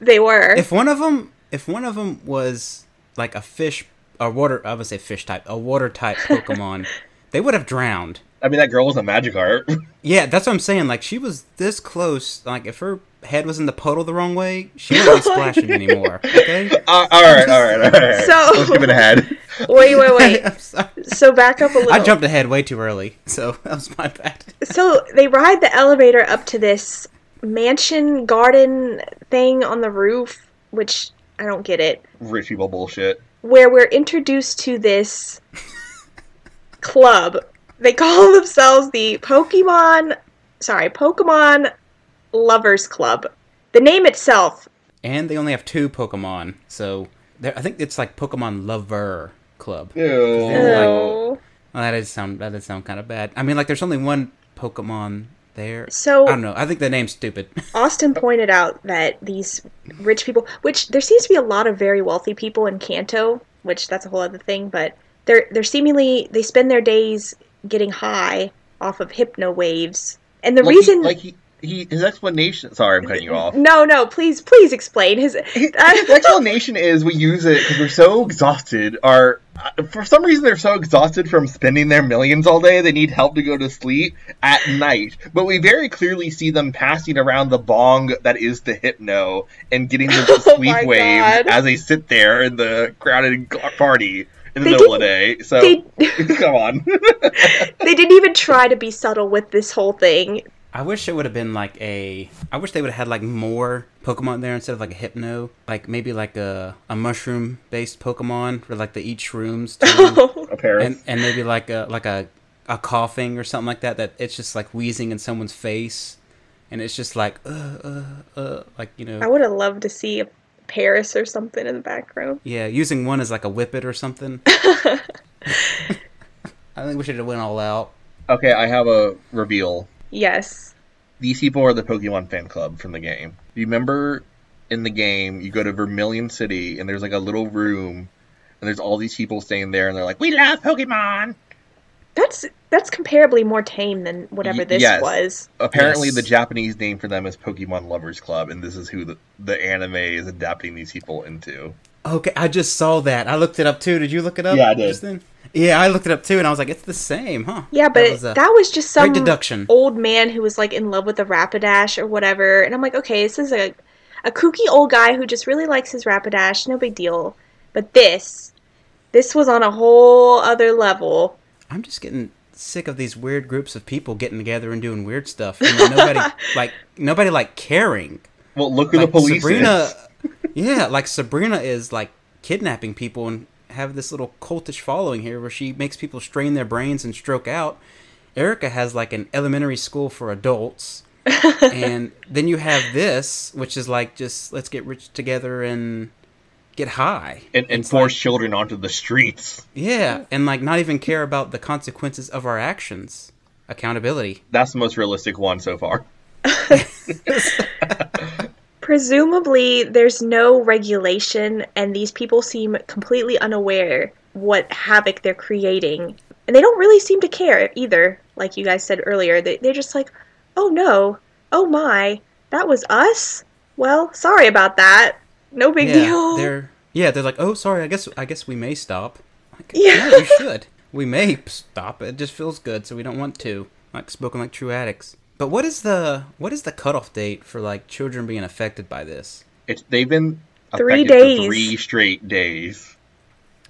they were. if one of them if one of them was like a fish a water i would say fish type a water type pokemon they would have drowned I mean, that girl was a Uh, Magikarp. yeah that's what i'm saying like she was this close like if her head was in the puddle the wrong way she wouldn't be Oh splashing anymore okay Uh, all right, all right, all right. So- let's skip it ahead. wait, wait, wait. I'm sorry. So back up a little. i jumped ahead way too early so that was my bad So they ride the elevator up to this mansion garden thing on the roof, which I don't get it. Rich people bullshit. where we're introduced to this club. They call themselves the Pokemon, sorry, Pokemon Lovers Club. The name itself, and they only have two pokemon so they're- i think it's like pokemon lover club Ew. Oh. oh. Well, that did sound that did sound kind of bad. I mean, like there's only one Pokemon there. So- I don't know. I think the name's stupid. Austin pointed out that these rich people, which there seems to be a lot of very wealthy people in Kanto, which that's a whole other thing, but they're they're seemingly they spend their days getting high off of hypno waves. And the Like reason he, like he, he, his explanation. Sorry, I'm cutting you off. No, no, please please explain his uh, the explanation is we use it because we're so exhausted. Our uh, for some reason they're so exhausted from spending their millions all day. They need help to go to sleep at night. But we very clearly see them passing around the bong that is the hypno and getting the Oh sleep my waves God. as they sit there in the crowded g- party. in the They middle of the day. So They come on. they didn't even try to be subtle with this whole thing. I wish it would have been like a. I wish they would have had like more Pokemon there instead of like a Hypno, like maybe like a a mushroom based Pokemon for like the eat shrooms, too. Oh, a pair. and and maybe like a like a a coughing or something like that. That it's just like wheezing in someone's face, and it's just like uh uh uh like you I know would have loved to see a Paris or something in the background. yeah using one as like a whippet or something. I think we should have went all out. okay, I have a reveal. Yes. These people are the Pokemon fan club from the game. Do you remember in the game you go to Vermilion City and there's like a little room and there's all these people staying there and they're like, We love Pokemon. That's that's comparably more tame than whatever Y- this yes. was. Apparently Yes. the Japanese name for them is Pokemon Lovers Club, and this is who the, the anime is adapting these people into. Okay, I just saw that. I looked it up too. Did you look it up? Yeah, I did. just then? Yeah, I looked it up too, and I was like, it's the same, huh? Yeah, but that was, was uh, a just some great deduction. old man who was like in love with a Rapidash or whatever. And I'm like, okay, this is a a kooky old guy who just really likes his Rapidash, no big deal. But this this was on a whole other level. I'm just getting sick of these weird groups of people getting together and doing weird stuff, and then nobody like nobody like caring. Well, look who Like the police Sabrina, is. yeah, like Sabrina is like kidnapping people and have this little cultish following here where she makes people strain their brains and stroke out. Erica has like an elementary school for adults. and then you have this, which is like just let's get rich together and get high. and, and It's like- force children onto the streets. yeah, and like not even care about the consequences of our actions. Accountability. That's the most realistic one so far. Presumably, there's no regulation, and these people seem completely unaware what havoc they're creating. And they don't really seem to care either, like you guys said earlier. They, they're just like, oh no, oh my, that was us? Well, sorry about that. No big yeah, deal. they're yeah, they're like, oh, sorry, I guess I guess we may stop. Like, Yeah. no, you should. We may p- stop. It just feels good, so we don't want to. Like spoken like true addicts. But what is the what is the cutoff date for like children being affected by this? It's they've been Three affected for days. three straight days.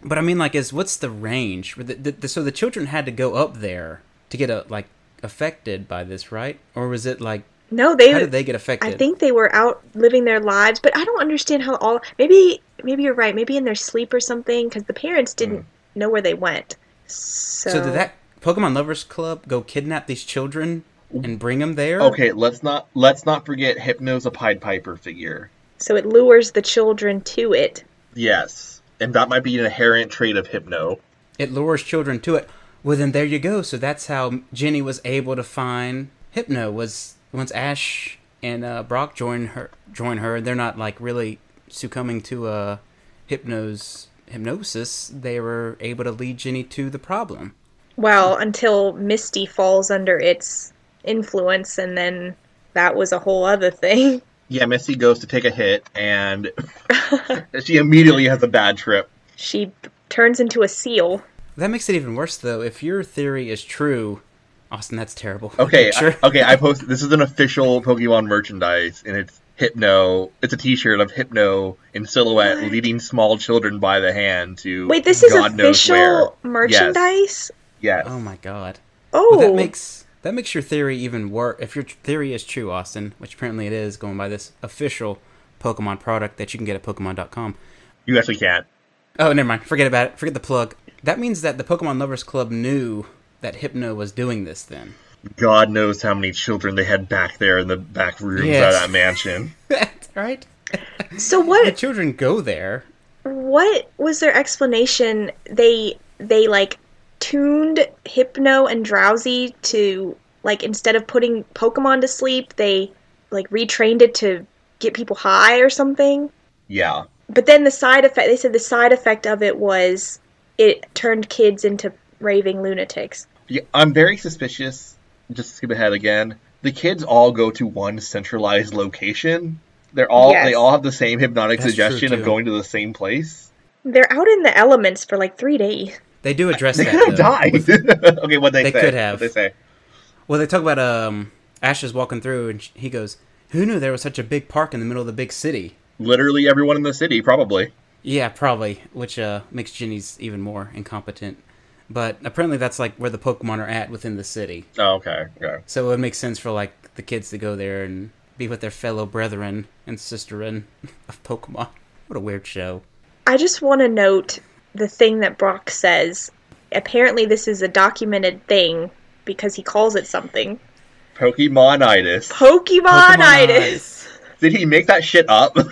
But But I mean, like, is what's the range? Were The, the, the, so the children had to go up there to get a, like affected by this, right? Or was it like no, they. how did they get affected? I think they were out living their lives, but I don't understand how all. Maybe, maybe you're right. Maybe in their sleep or something, because the parents didn't know where they went. So, Mm. so. Did that Pokemon Lovers Club go kidnap these children and bring them there? Oh, Okay, let's not let's not forget Hypno's a Pied Piper figure. So it lures the children to it. Yes, and that might be an inherent trait of Hypno. it lures children to it. Well, then there you go. So that's how Jenny was able to find Hypno. Was once Ash and uh, Brock join her, join her. They're not like really succumbing to uh, Hypno's hypnosis. They were able to lead Jenny to the problem. Well, until Misty falls under its influence, and then that was a whole other thing. Yeah, Misty goes to take a hit, and she immediately has a bad trip. She turns into a seal. That makes it even worse, though. If your theory is true, Austin, that's terrible. Okay, Picture. I, okay. I posted this is an official Pokemon merchandise, and it's Hypno. It's a T-shirt of Hypno in silhouette, leading small children by the hand to Wait, this is God knows where. official Yes. merchandise? yes. oh my god. Oh, Well, that makes that makes your theory even worse. If your theory is true, Austin, which apparently it is, going by this official Pokemon product that you can get at Pokemon.com. You actually can't. Oh, never mind. Forget about it. Forget the plug. That means that the Pokemon Lovers Club knew that Hypno was doing this. Then God knows how many children they had back there in the back rooms Yes. of that mansion. right? so The what? children go there. What was their explanation? They they like tuned Hypno and Drowsy to like instead of putting Pokemon to sleep, they like retrained it to get people high or something. Yeah. But then the side effect, they said the side effect of it was it turned kids into raving lunatics. yeah. I'm very suspicious. Just to skip ahead again. The kids all go to one centralized location. They're all Yes. they all have the same hypnotic That's true, suggestion of too. going to the same place. They're out in the elements for like three days. They do address They that. could have though. died. okay, what they, They say? could have. What they say? Well, they talk about um, Ash is walking through, and sh- he goes, "Who knew there was such a big park in the middle of the big city?" Literally everyone in the city, probably. Yeah, probably, which uh, makes Ginny's even more incompetent. But apparently, that's like where the Pokemon are at within the city. Oh, okay, okay. So it would make sense for like the kids to go there and be with their fellow brethren and sisterin of Pokemon. What a weird show. I just want to note the thing that Brock says. Apparently, this is a documented thing because he calls it something. Pokemonitis. Pokemonitis. Did he make that shit up?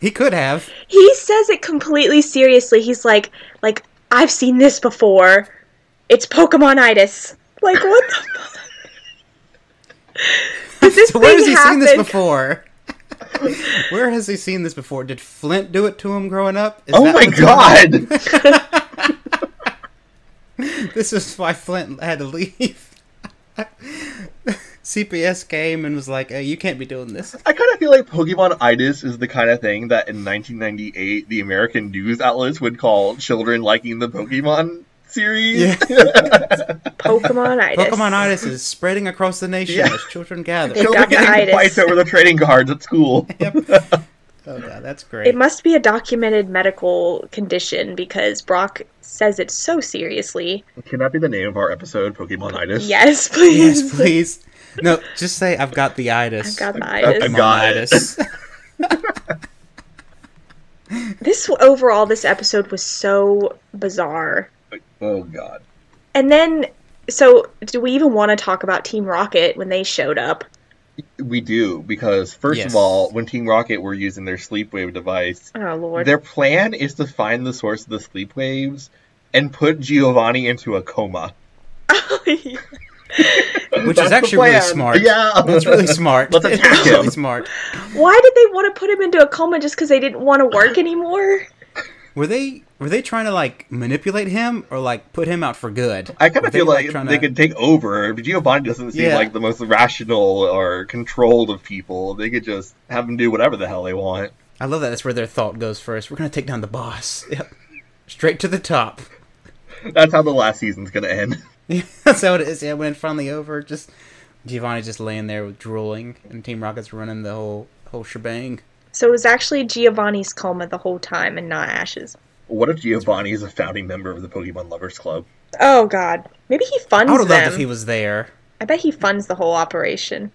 He could have. He says it completely seriously. He's like, like I've seen this before. It's Pokemonitis. Like what the fuck? Did this So where has thing he happen? seen this before? where has he seen this before? Did Flint do it to him growing up? Is oh that my what's going on? god! This is why Flint had to leave. CPS came and was like, "Hey, you can't be doing this." I kind of feel like Pokemonitis is the kind of thing that in 1998 the American news outlets would call children liking the Pokemon series. Pokemonitis. Pokemonitis is spreading across the nation Yeah. as children gather. It- Children getting Doctor-itis. fights over the trading cards at school. Oh god, that's It great. must be a documented medical condition because Brock says it so seriously. Can that be the name of our episode, Pokemonitis? Yes, please. yes, please. Oh No, just say I've got the itis. I've got the I itis. got- Pokemonitis. This overall, this episode was so bizarre. Oh god. And then, so do we even want to talk about Team Rocket when they showed up? We do, because first Yes. of all, when Team Rocket were using their sleepwave device, Oh Lord, their plan is to find the source of the sleep waves and put Giovanni into a coma. which That's is the actually really plan. smart. Yeah. that's really smart. Let's attack It's really him. smart. why did they want to put him into a coma just because they didn't want to work anymore? Were they were they trying to like manipulate him or like put him out for good? I kind Were of feel like, trying they to- could take over. Giovanni doesn't seem Yeah. like the most rational or controlled of people. They could just have him do whatever the hell they want. I love that. That's where their thought goes first. We're gonna take down the boss. Yep. Straight to the top. That's how the last season's gonna end. That's how it is. Yeah, when it's finally over, just Giovanni's just laying there with drooling, and Team Rocket's running the whole whole shebang. So it was actually Giovanni's coma the whole time and not Ash's. What if Giovanni is a founding member of the Pokemon Lovers Club? Oh God, maybe he funds I would have them. loved if he was there. I bet he funds the whole operation.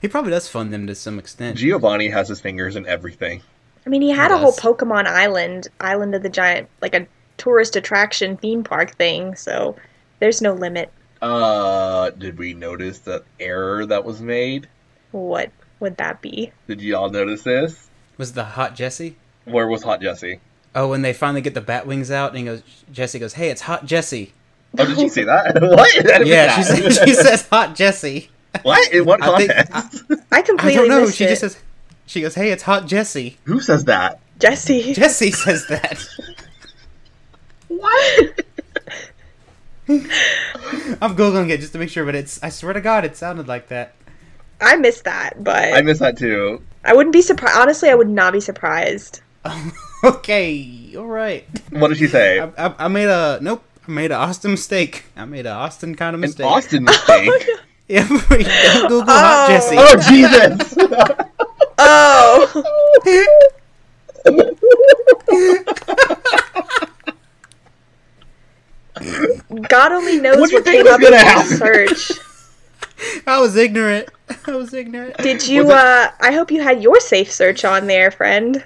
He probably does fund them to some extent. Giovanni has his fingers in everything. I mean, he had He a whole does. Pokemon Island, Island of the Giant, like a tourist attraction theme park thing. So there's no limit. Uh, did we notice that error that was made? What would that be? Did y'all notice this? Was the hot Jesse? Where was Hot Jesse? Oh, when they finally get the bat wings out, and he goes, Jesse goes, "Hey, it's hot Jesse." Oh, did you see that? what? I didn't Yeah, she see that. says, she says hot Jesse. what? In what I think- context? I I don't completely know. missed She it. just says, she goes, "Hey, it's hot Jesse." Who says that? Jesse. Jesse says that. what? I'm googling it just to make sure, but it's. I swear to God, it sounded like that. I missed that, but I missed that too. I wouldn't be surprised. Honestly, I would not be surprised. okay, all right. What did she say? I, I, I made a nope. I made an Austin mistake. I made an Austin kind of An mistake. Austin mistake. If we don't Google hot Oh. Jesse. oh Jesus! Oh, God only knows What what, do you think came was up in gonna the happen? search. I was ignorant. I was ignorant. Did you? Was it- uh I hope you had your safe search on there, friend.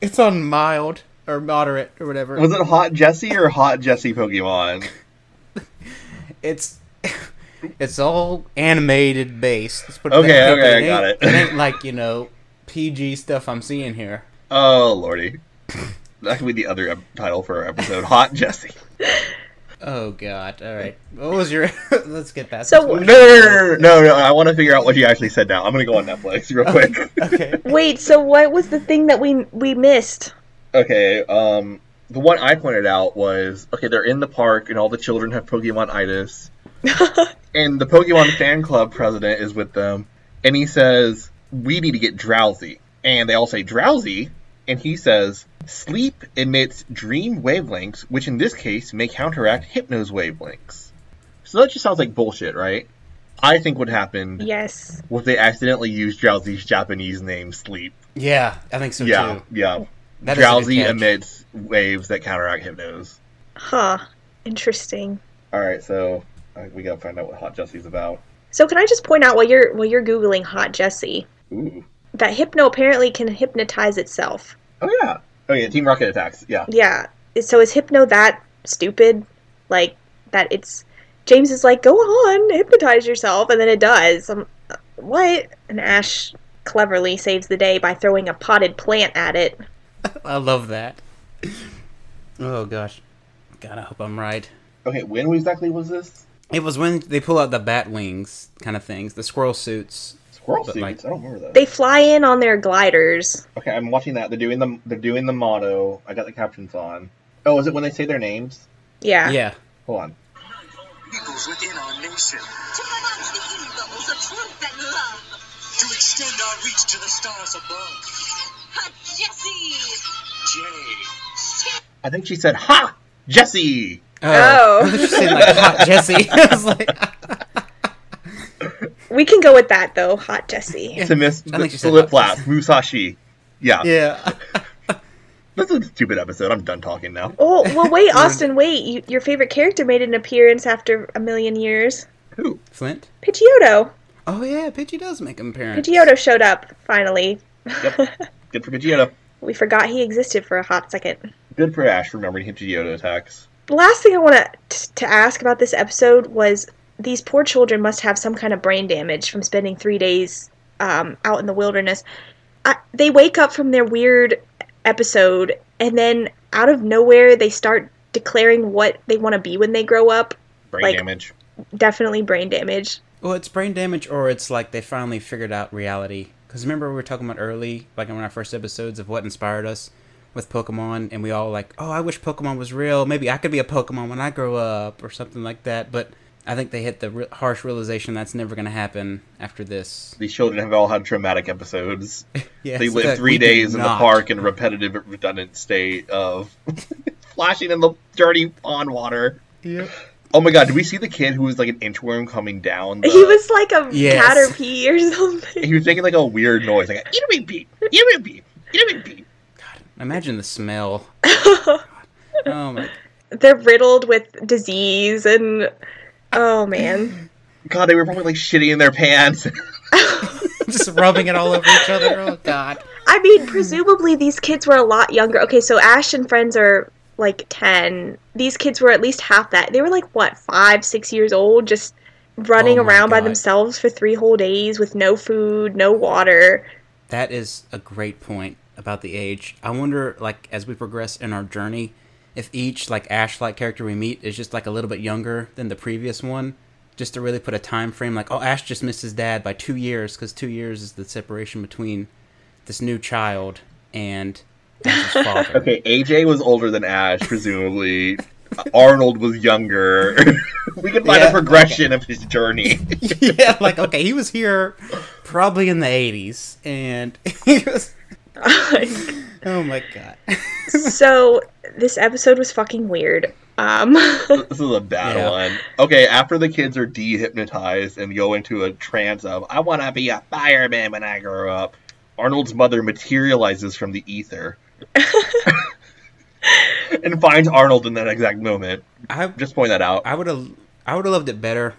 It's on mild or moderate or whatever. Was it Hot Jesse or Hot Jesse Pokemon? It's it's all animated based. Let's put it Okay, that way, okay, but I got ain't- it. It ain't like you know PG stuff I'm seeing here. Oh lordy, that could be the other ep- title for our episode. Hot Jesse. Oh God! All right, what was your? Let's get past. So- No, this. no, no, no, no, no. I want to figure out what you actually said now. I'm gonna go on Netflix real quick. okay. Wait, so what was the thing that we we missed? Okay, um, the one I pointed out was okay, they're in the park and all the children have Pokemon itis. and the Pokemon fan club president is with them, and he says, We need to get drowsy. And they all say, Drowsy? And he says, Sleep emits dream wavelengths, which in this case may counteract hypno's wavelengths. So that just sounds like bullshit, right? I think what happened Yes. was they accidentally used Drowsy's Japanese name, Sleep. Yeah, I think so Yeah, too. yeah. That is a good drowsy catch. emits waves that counteract hypnos. Huh. Interesting. All right, so uh, we gotta find out what Hot Jesse's about. So can I just point out while you're while you're googling hot Jesse Ooh. that hypno apparently can hypnotize itself. Oh yeah. Oh yeah. Team Rocket attacks. Yeah. Yeah. So is hypno that stupid? Like that it's James is like, go on, hypnotize yourself, and then it does. Um, what? And Ash cleverly saves the day by throwing a potted plant at it. I love that. Oh gosh, God, I hope I'm right. Okay. When exactly was this? It was when they pull out the bat wings kind of things, the squirrel suits. Squirrel But, suits. like- I don't remember those. They fly in on their gliders. Okay, I'm watching that. They're doing the they're doing the motto. I got the captions on. Oh, is it when they say their names? Yeah. Yeah, Hold on. eagles within our nation. To provide the eagles of truth and love. To extend our reach to the stars above. Hot Jesse! Jay. I think she said, "Ha, Jesse." Oh. I thought you said, like hot Jesse. I was like, We can go with that though, hot Jesse. Yeah. To miss I think she said flip Hot flop Musashi. Yeah. yeah. This is a stupid episode. I'm done talking now. Oh well, wait, Austin, wait. You, your favorite character made an appearance after a million years. Who? Flint. Pidgeotto. Oh yeah, Pidgey does make him apparent. Pidgeotto showed up finally. Yep. Good for Vegeta. We forgot he existed for a hot second. Good for Ash remembering his Vegeta attacks. The last thing I want to to ask about this episode was these poor children must have some kind of brain damage from spending three days um, out in the wilderness. I, they wake up from their weird episode, and then out of nowhere, they start declaring what they want to be when they grow up. Brain Like- damage. Definitely brain damage. Well, it's brain damage, or it's like they finally figured out reality. Because remember, we were talking about early, like in one of our first episodes of what inspired us with Pokemon, and we all like, oh, I wish Pokemon was real. Maybe I could be a Pokemon when I grow up, or something like that. But I think they hit the re- harsh realization that's never going to happen after this. These children have all had traumatic episodes. Yeah, they so live that uh, three we did days in the not- park in a repetitive, redundant state of flashing in the dirty pond water. Yep. Oh my god, did we see the kid who was like an inchworm coming down? The... He was like a Yes. caterpie or something. he was making like a weird noise, like a beep, beep, beep. Imagine the smell. oh my! They're riddled with disease and oh man. God, they were probably like shitting in their pants. Just rubbing it all over each other. Oh God. I mean, presumably these kids were a lot younger. Okay, so Ash and friends are like 10. These kids were at least half that. They were like what, 5, 6 years old just running Oh my around by God. themselves for 3 whole days with no food, no water. That is a great point about the age. I wonder, like, as we progress in our journey, if each, like, Ash-like character we meet is just, like, a little bit younger than the previous one, just to really put a time frame, like, oh, Ash just missed his dad by two years, because two years is the separation between this new child and Ash's father. Okay, AJ was older than Ash, presumably. Arnold was younger. we can find Yeah, a progression of his journey. yeah, like, okay, he was here probably in the 80s, and he was... Oh, my God. so this episode was fucking weird. Um This is a bad Yeah. one. Okay, after the kids are dehypnotized and go into a trance of "I want to be a fireman when I grow up," Arnold's mother materializes from the ether and finds Arnold in that exact moment. I Just point that out. I would have I would have loved it better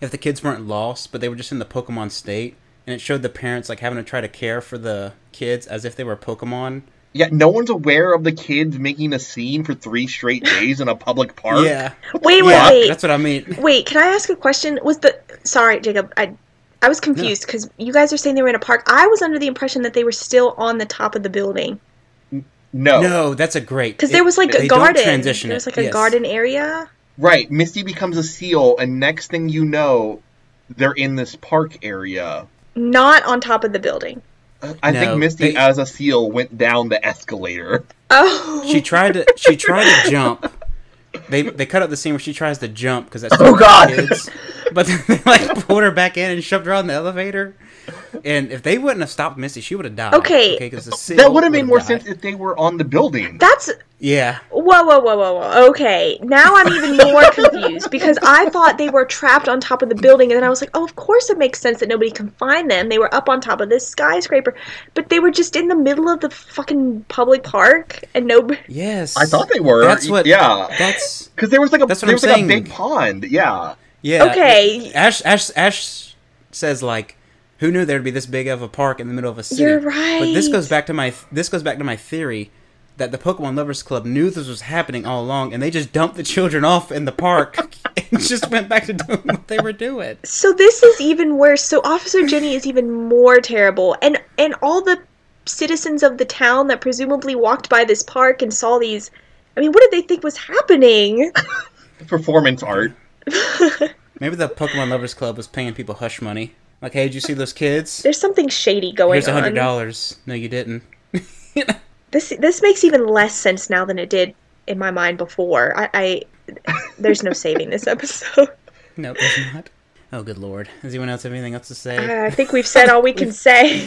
if the kids weren't lost, but they were just in the Pokemon state, and it showed the parents like having to try to care for the kids as if they were Pokemon. Yet no one's aware of the kids making a scene for three straight days in a public park. Yeah, wait, wait, fuck? wait. that's what I mean. Wait, can I ask a question? Was the sorry, Jacob? I I was confused because you guys are saying they were in a park. I was under the impression that they were still on the top of the building No. No, that's a great because there was like a they don't garden. transition there was it, like a yes. garden area. Right. Misty becomes a seal, and next thing you know, they're in this park area. Not on top of the building. I No, think Misty, they- as a seal, went down the escalator. Oh, She tried to she tried to jump. They they cut up the scene where she tries to jump because that's Oh, God. kids. But then they like pulled her back in and shoved her on the elevator. And if they wouldn't have stopped Misty, she would have died. Okay. because the seal That would have made would've more died. sense if they were on the building. That's Yeah. Whoa, whoa, whoa, whoa, whoa. Okay. Now I'm even more confused because I thought they were trapped on top of the building. And then I was like, oh, of course it makes sense that nobody can find them. They were up on top of this skyscraper. But they were just in the middle of the fucking public park and nobody. Yes. I thought they were. That's what. Yeah. That's Because there was like a That's what there I'm was like saying. a big pond. Yeah. yeah. Okay. Ash. Ash. Ash says like, "Who knew there'd be this big of a park in the middle of a city?" You're But this right. goes back to my. This goes back to my theory that the Pokemon Lovers Club knew this was happening all along, and they just dumped the children off in the park and just went back to doing what they were doing. So this is even worse. So Officer Jenny is even more terrible. And and all the citizens of the town that presumably walked by this park and saw these. I mean, what did they think was happening? Performance art. Maybe the Pokemon Lovers Club was paying people hush money. Like, hey, did you see those kids? There's something shady going Here's a on. hundred dollars. No, you didn't. this this makes even less sense now than it did in my mind before. I, I there's no saving this episode. No, there's not. Oh, good lord. Does anyone else have anything else to say? Uh, I think we've said all we can say.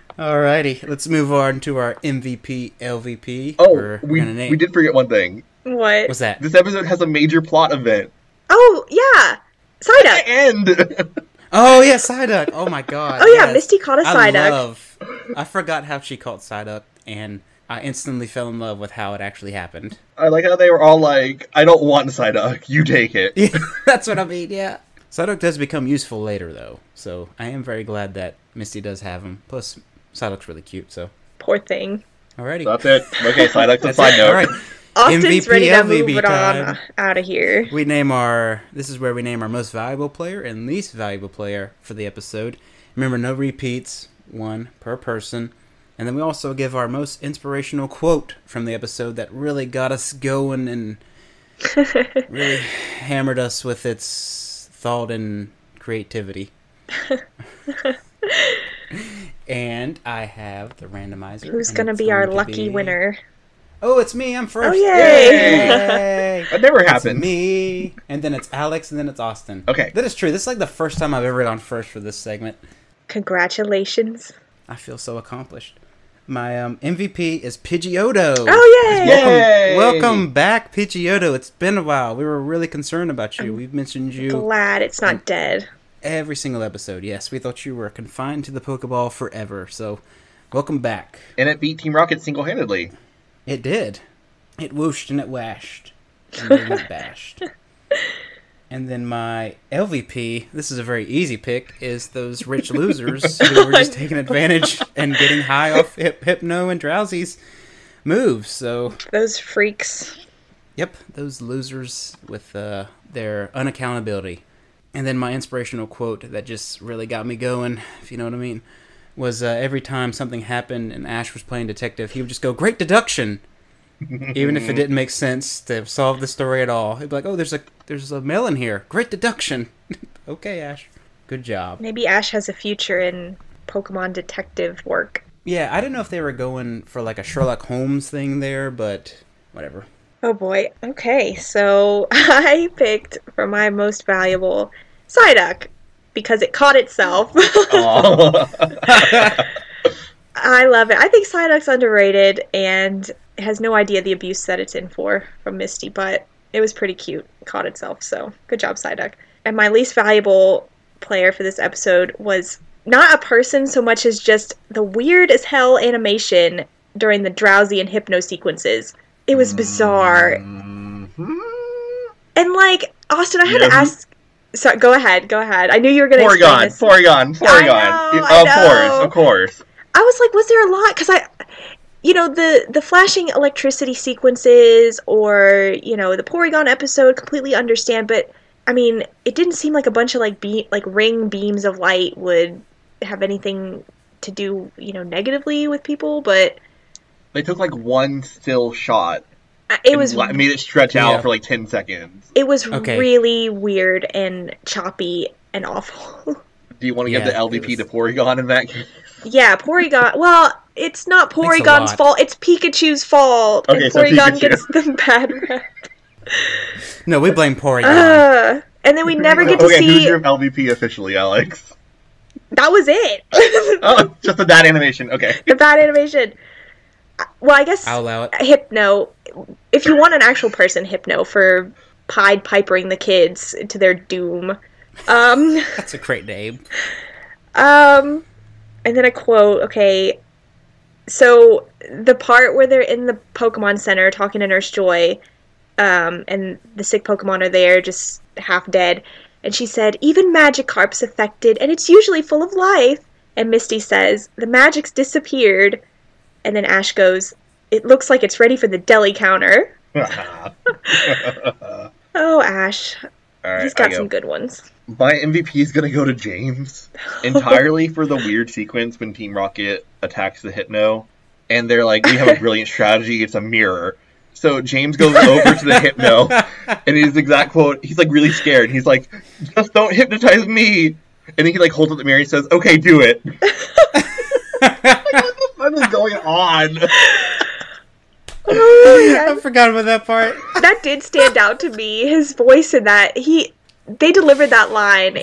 Alrighty, let's move on to our MVP, LVP. Oh, or we, gonna name- we did forget one thing. what? What's that? This episode has a major plot event. Oh yeah, Psyduck. And Oh yeah, Psyduck. Oh my god. Oh yeah, yes. Misty caught a I Psyduck. love. I forgot how she caught Psyduck, and I instantly fell in love with how it actually happened. I like how they were all like, I don't want Psyduck, you take it. That's what I mean. Yeah. Psyduck does become useful later, though, so I am very glad that Misty does have him. Plus, Psyduck's really cute, so. Poor thing. Alrighty. That's it. Okay, Psyduck's a That's side it. note. Alright. Austin's MVP, ready to LVP move it time. on out of here. We name our. This is where we name our most valuable player and least valuable player for the episode. Remember, no repeats, one per person. And then we also give our most inspirational quote from the episode that really got us going and really hammered us with its thought and creativity. and I have the randomizer. Who's and gonna it's be our going to lucky be- winner? Oh, it's me. I'm first. Oh yay! Yay. That never It's happened. me, and then it's Alex, and then it's Austin. Okay. That is true. This is like the first time I've ever gone first for this segment. Congratulations. I feel so accomplished. My um, MVP is Pidgeotto. Oh yay! Yeah. Yay! Welcome, welcome back, Pidgeotto. It's been a while. We were really concerned about you. We've mentioned you Glad it's not dead. every single episode. Yes, we thought you were confined to the Pokeball forever. So, welcome back. And it beat Team Rocket single handedly. It did. It whooshed and it washed. And then it bashed. And then my LVP, this is a very easy pick, is those rich losers who were just taking advantage and getting high off hip, Hypno and Drowsy's moves. So, Those freaks. yep, those losers with uh, their unaccountability. And then my inspirational quote that just really got me going, if you know what I mean, was uh, every time something happened and Ash was playing detective, he would just go, "Great deduction," even if it didn't make sense to solve the story at all. He'd be like, "Oh, there's a there's a melon here. Great deduction." okay, Ash, good job. Maybe Ash has a future in Pokemon detective work. Yeah, I didn't know if they were going for like a Sherlock Holmes thing there, but whatever. Oh boy. Okay, so I picked for my most valuable Psyduck because it caught itself. Aw. I love it. I think Psyduck's underrated and has no idea the abuse that it's in for from Misty, but it was pretty cute. It caught itself, so good job, Psyduck. And my least valuable player for this episode was not a person so much as just the weird as hell animation during the drowsy and hypno sequences. It was bizarre. And like, Austin, I had Yeah. to ask. Sorry, go ahead, go ahead. I knew you were going to Porygon, explain this. Porygon, Porygon. I know, of I know. course, of course. I was like, was there a lot? Because I, you know, the the flashing electricity sequences or you know the Porygon episode completely understand, but I mean, it didn't seem like a bunch of like be- like ring beams of light would have anything to do you know negatively with people, but They took like one still shot. I- uh, it and was la- made it stretch out Yeah. for like ten seconds. it was Okay. really weird and choppy and awful. Do you want to Yeah, give the it LVP was- to Porygon in that case? yeah, Porygon. Well. It's not Thanks a Porygon's lot. fault. It's Pikachu's fault. Okay, and so Porygon Pikachu. gets the bad rap. No, we blame Porygon. Uh, and then we never get to okay, who's see your LVP officially, Alex? that was it. Oh, just the that animation. Okay. the bad animation. Uh, Well, I guess I'll allow it. Hypno. If you want an actual person, Hypno for Pied Pipering the kids to their doom. Um. That's a great name. Um, and then a quote. Okay, so the part where they're in the Pokemon Center talking to Nurse Joy, um, and the sick Pokemon are there, just half dead. And she said, "Even Magikarp's affected, and it's usually full of life." And Misty says, "The magic's disappeared." And then Ash goes, "It looks like it's ready for the deli counter." Oh, Ash, All right, he's I got go. some good ones. My MVP is gonna go to James entirely for the weird sequence when Team Rocket attacks the Hypno, and they're like, "We have a brilliant strategy. It's a mirror." So James goes over to the Hypno, and his exact quote, he's like really scared. He's like, "Just don't hypnotize me." And then he like holds up the mirror and says, "Okay, do it." like, what the fuck is going on? Oh, I forgot about that part. that did stand out to me. His voice in that he they delivered that line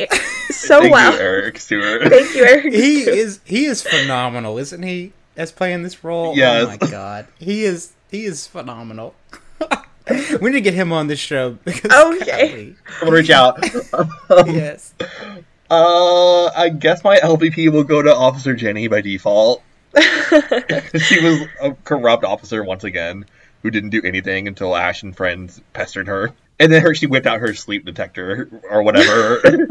so Thank well. you, Eric Stewart. Thank you, Eric. He is he is phenomenal, isn't he? As playing this role. Yes. Oh my god. He is he is phenomenal. we need to get him on this show because Oh, Okay. I'm gonna reach out. golly, yes. Uh, I guess my LVP will go to Officer Jenny by default. she was a corrupt officer once again, who didn't do anything until Ash and friends pestered her, and then her she whipped out her sleep detector or whatever.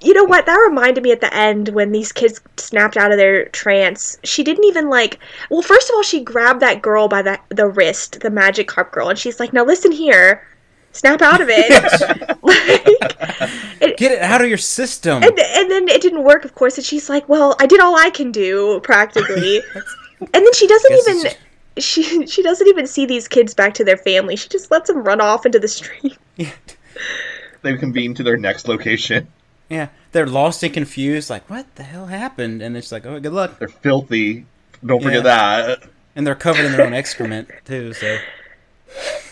You know what? That reminded me at the end when these kids snapped out of their trance. She didn't even like. Well, first of all, she grabbed that girl by the the wrist, the magic carp girl, and she's like, "Now listen here, snap out of it." like, Get it out of your system. and, and then it didn't work, of course. And she's like, "Well, I did all I can do, practically." and then she doesn't Guess even. it's- she she doesn't even see these kids back to their family. She just lets them run off into the street. they convene to their next location. Yeah. They're lost and confused, like, what the hell happened? And it's like, oh good luck. They're filthy. Don't forget that. And they're covered in their own excrement too, so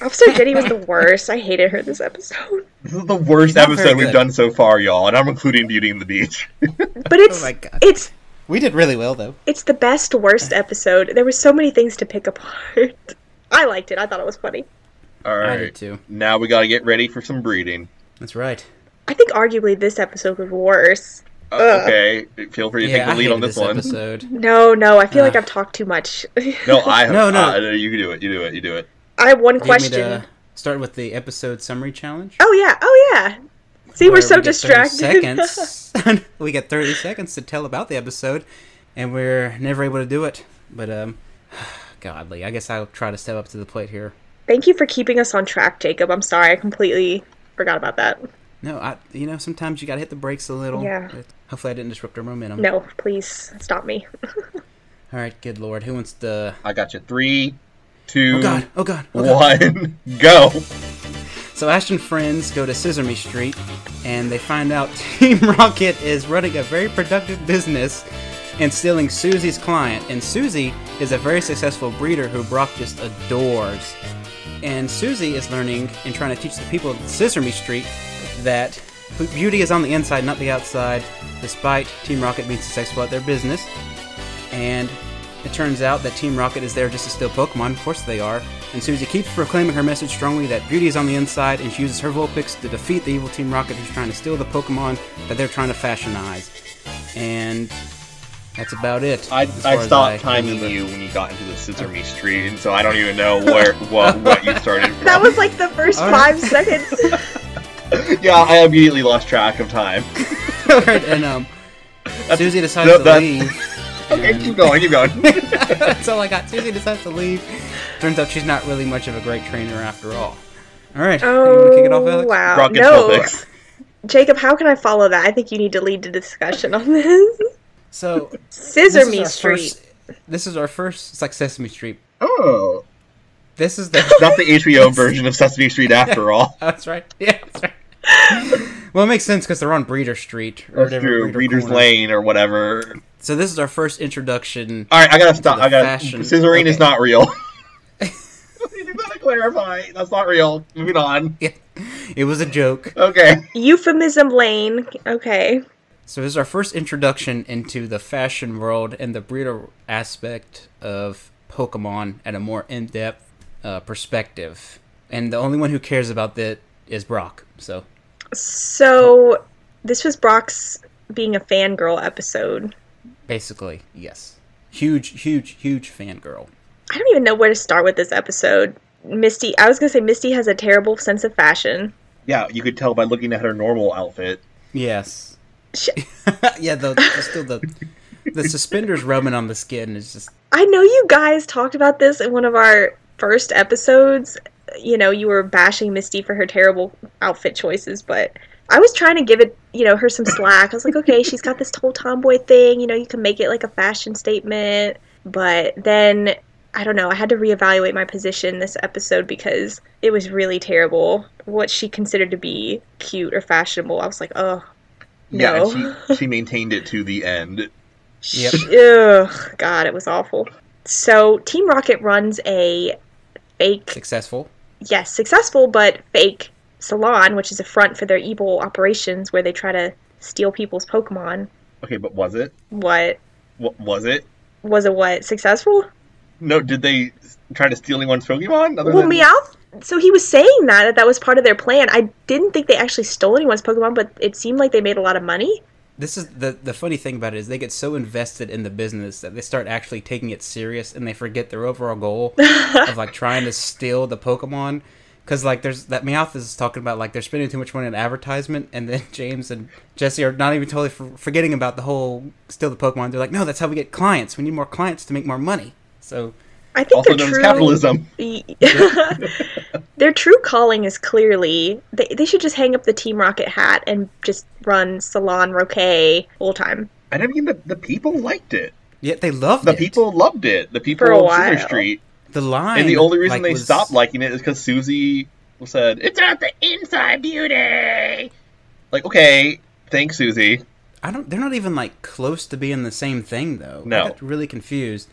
Officer Jenny was the worst. I hated her this episode. This is the worst Not very episode we've good. done so far, y'all, and I'm including Beauty and the Beach. But it's Oh my God. it's we did really well though. it's the best worst episode. There were so many things to pick apart. I liked it. I thought it was funny. All I right, did too. now we gotta get ready for some breeding. That's right. I think arguably this episode was worse. Uh, okay, feel free to Yeah, take I the lead on hated this, this one. episode. No, no, I feel like Ah. I've talked too much. No, I No, no. uh, you do it. You do it. You do it. I have one You want me question. to start with the episode summary challenge. Oh yeah, oh yeah. See, we're where so we get 30 distracted. Seconds. we get 30 seconds to tell about the episode, and we're never able to do it. But, um, godly, I guess I'll try to step up to the plate here. Thank you for keeping us on track, Jacob. I'm sorry, I completely forgot about that. No, I, you know, sometimes you gotta hit the brakes a little. Yeah. But Hopefully, I didn't disrupt our momentum. No, please stop me. All right, good lord. Who wants the. I got you. Three, two, Oh, God. Oh, God. Oh, God. one, go. So Ash and friends go to Sesame Street, and they find out Team Rocket is running a very productive business and stealing Susie's client. And Susie is a very successful breeder who Brock just adores. And Susie is learning and trying to teach the people of Sesame Street that beauty is on the inside, not the outside, despite Team Rocket being successful at their business. And it turns out that Team Rocket is there just to steal Pokemon. Of course they are. And Susie keeps proclaiming her message strongly that beauty is on the inside, and she uses her Vulpix to defeat the evil Team Rocket who's trying to steal the Pokemon that they're trying to fashionize. And that's about it. I, as far I as stopped I timing you when you got into the Sesame Street, and so I don't even know where what what you started. From. That was like the first All right. five seconds. yeah. I immediately lost track of time. Alright, and um, Susie decides no, to that- leave. Okay, and- keep going. Keep going. That's all I got. Susie decides to leave. Turns out she's not really much of a great trainer after all. All right, you want to kick it off, Oh Alex? wow! Rocket's no, Vulpix. Jacob, how can I follow that? I think you need to lead the discussion on this. So Scissor this is Me our Street. First, this is our first it's like Sesame Street. Oh, This is the. Oh, not the HBO version of Sesame Street after all. that's right. Yeah, that's right. well, it makes sense because they're on Breeder Street or That's whatever. true. Breeder Reader's Corner. Lane or whatever. So this is our first introduction. All right, I gotta stop. the I gotta. fashion. Scissoring is Okay. not real. you gotta clarify. That's not real. Moving on. It was a joke. Okay. Euphemism Lane. Okay. So this is our first introduction into the fashion world and the breeder aspect of Pokemon at a more in-depth uh, perspective. And the only one who cares about that is Brock. So So this was Brock's being a fangirl episode. basically, yes, huge, huge, huge fangirl. I don't even know where to start with this episode. Misty, I was gonna say Misty has a terrible sense of fashion. Yeah, you could tell by looking at her normal outfit. Yes. Sh- yeah, the just still the the suspenders rubbing on the skin is just I know you guys talked about this in one of our first episodes. You know, you were bashing Misty for her terrible outfit choices, but I was trying to give it, you know, her some slack. I was like, okay, she's got this whole tomboy thing. You know, you can make it like a fashion statement. But then, I don't know, I had to reevaluate my position this episode because it was really terrible. What she considered to be cute or fashionable, I was like, oh, Yeah, no. and she, she maintained it to the end. Yep. Ugh, God, it was awful. So Team Rocket runs a fake, successful. yes, successful but fake salon, which is a front for their evil operations where they try to steal people's Pokemon. Okay, but was it? What What was it? was it? What successful? No, did they s- try to steal anyone's Pokemon? Other Well, than- Meowth. So he was saying that, that that was part of their plan. I didn't think they actually stole anyone's Pokemon, but it seemed like they made a lot of money. This is the the funny thing about it is they get so invested in the business that they start actually taking it serious and they forget their overall goal of like trying to steal the Pokemon. Because like there's that Meowth is talking about like they're spending too much money on advertisement, and then James and Jesse are not even totally for, forgetting about the whole steal the Pokemon. They're like, no, that's how we get clients. We need more clients to make more money. So I think also their known as true capitalism. their true calling is clearly they, they should just hang up the Team Rocket hat and just run Salon Roquet full time. And I mean, the, the people liked it. yet they love The it. people loved it. The people For a of Cedar while. Street. the line, And the only reason like, they was- stopped liking it is because Susie said, It's not the inside beauty! Like, okay, thanks, Susie. I don't. They're not even like close to being the same thing, though. No. I got really confused.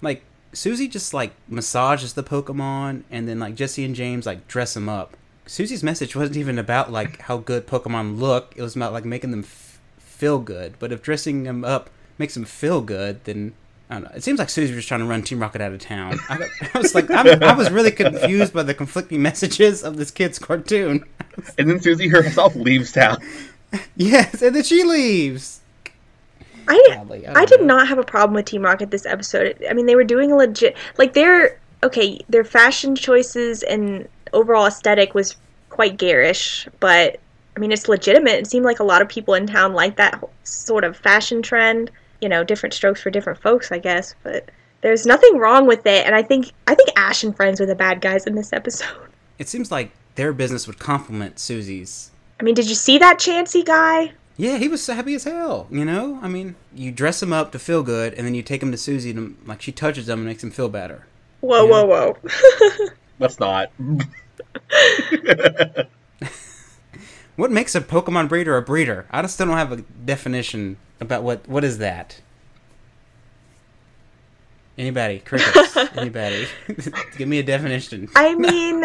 Like Susie just like massages the Pokemon, and then like Jesse and James like dress them up. Susie's message wasn't even about like how good Pokemon look. It was about like making them f- feel good. But if dressing them up makes them feel good, then I don't know. It seems like Susie was just trying to run Team Rocket out of town. I, got, I was like, I'm, I was really confused by the conflicting messages of this kid's cartoon. And then Susie herself leaves town. yes, and then she leaves. I Probably, I I don't did know. not have a problem with Team Rocket this episode. I mean, they were doing a legit like their okay their fashion choices and overall aesthetic was quite garish, but I mean it's legitimate. It seemed like a lot of people in town like that whole sort of fashion trend. You know, different strokes for different folks, I guess. But there's nothing wrong with it, and I think I think Ash and friends were the bad guys in this episode. It seems like their business would complement Susie's. I mean, did you see that Chansey guy? Yeah, he was happy as hell. You know, I mean, you dress him up to feel good, and then you take him to Susie, and like she touches him and makes him feel better. Whoa, whoa, whoa! That's not. What makes a Pokemon breeder a breeder? I just still don't have a definition about what what is that. Anybody, crickets, anybody, give me a definition. I mean,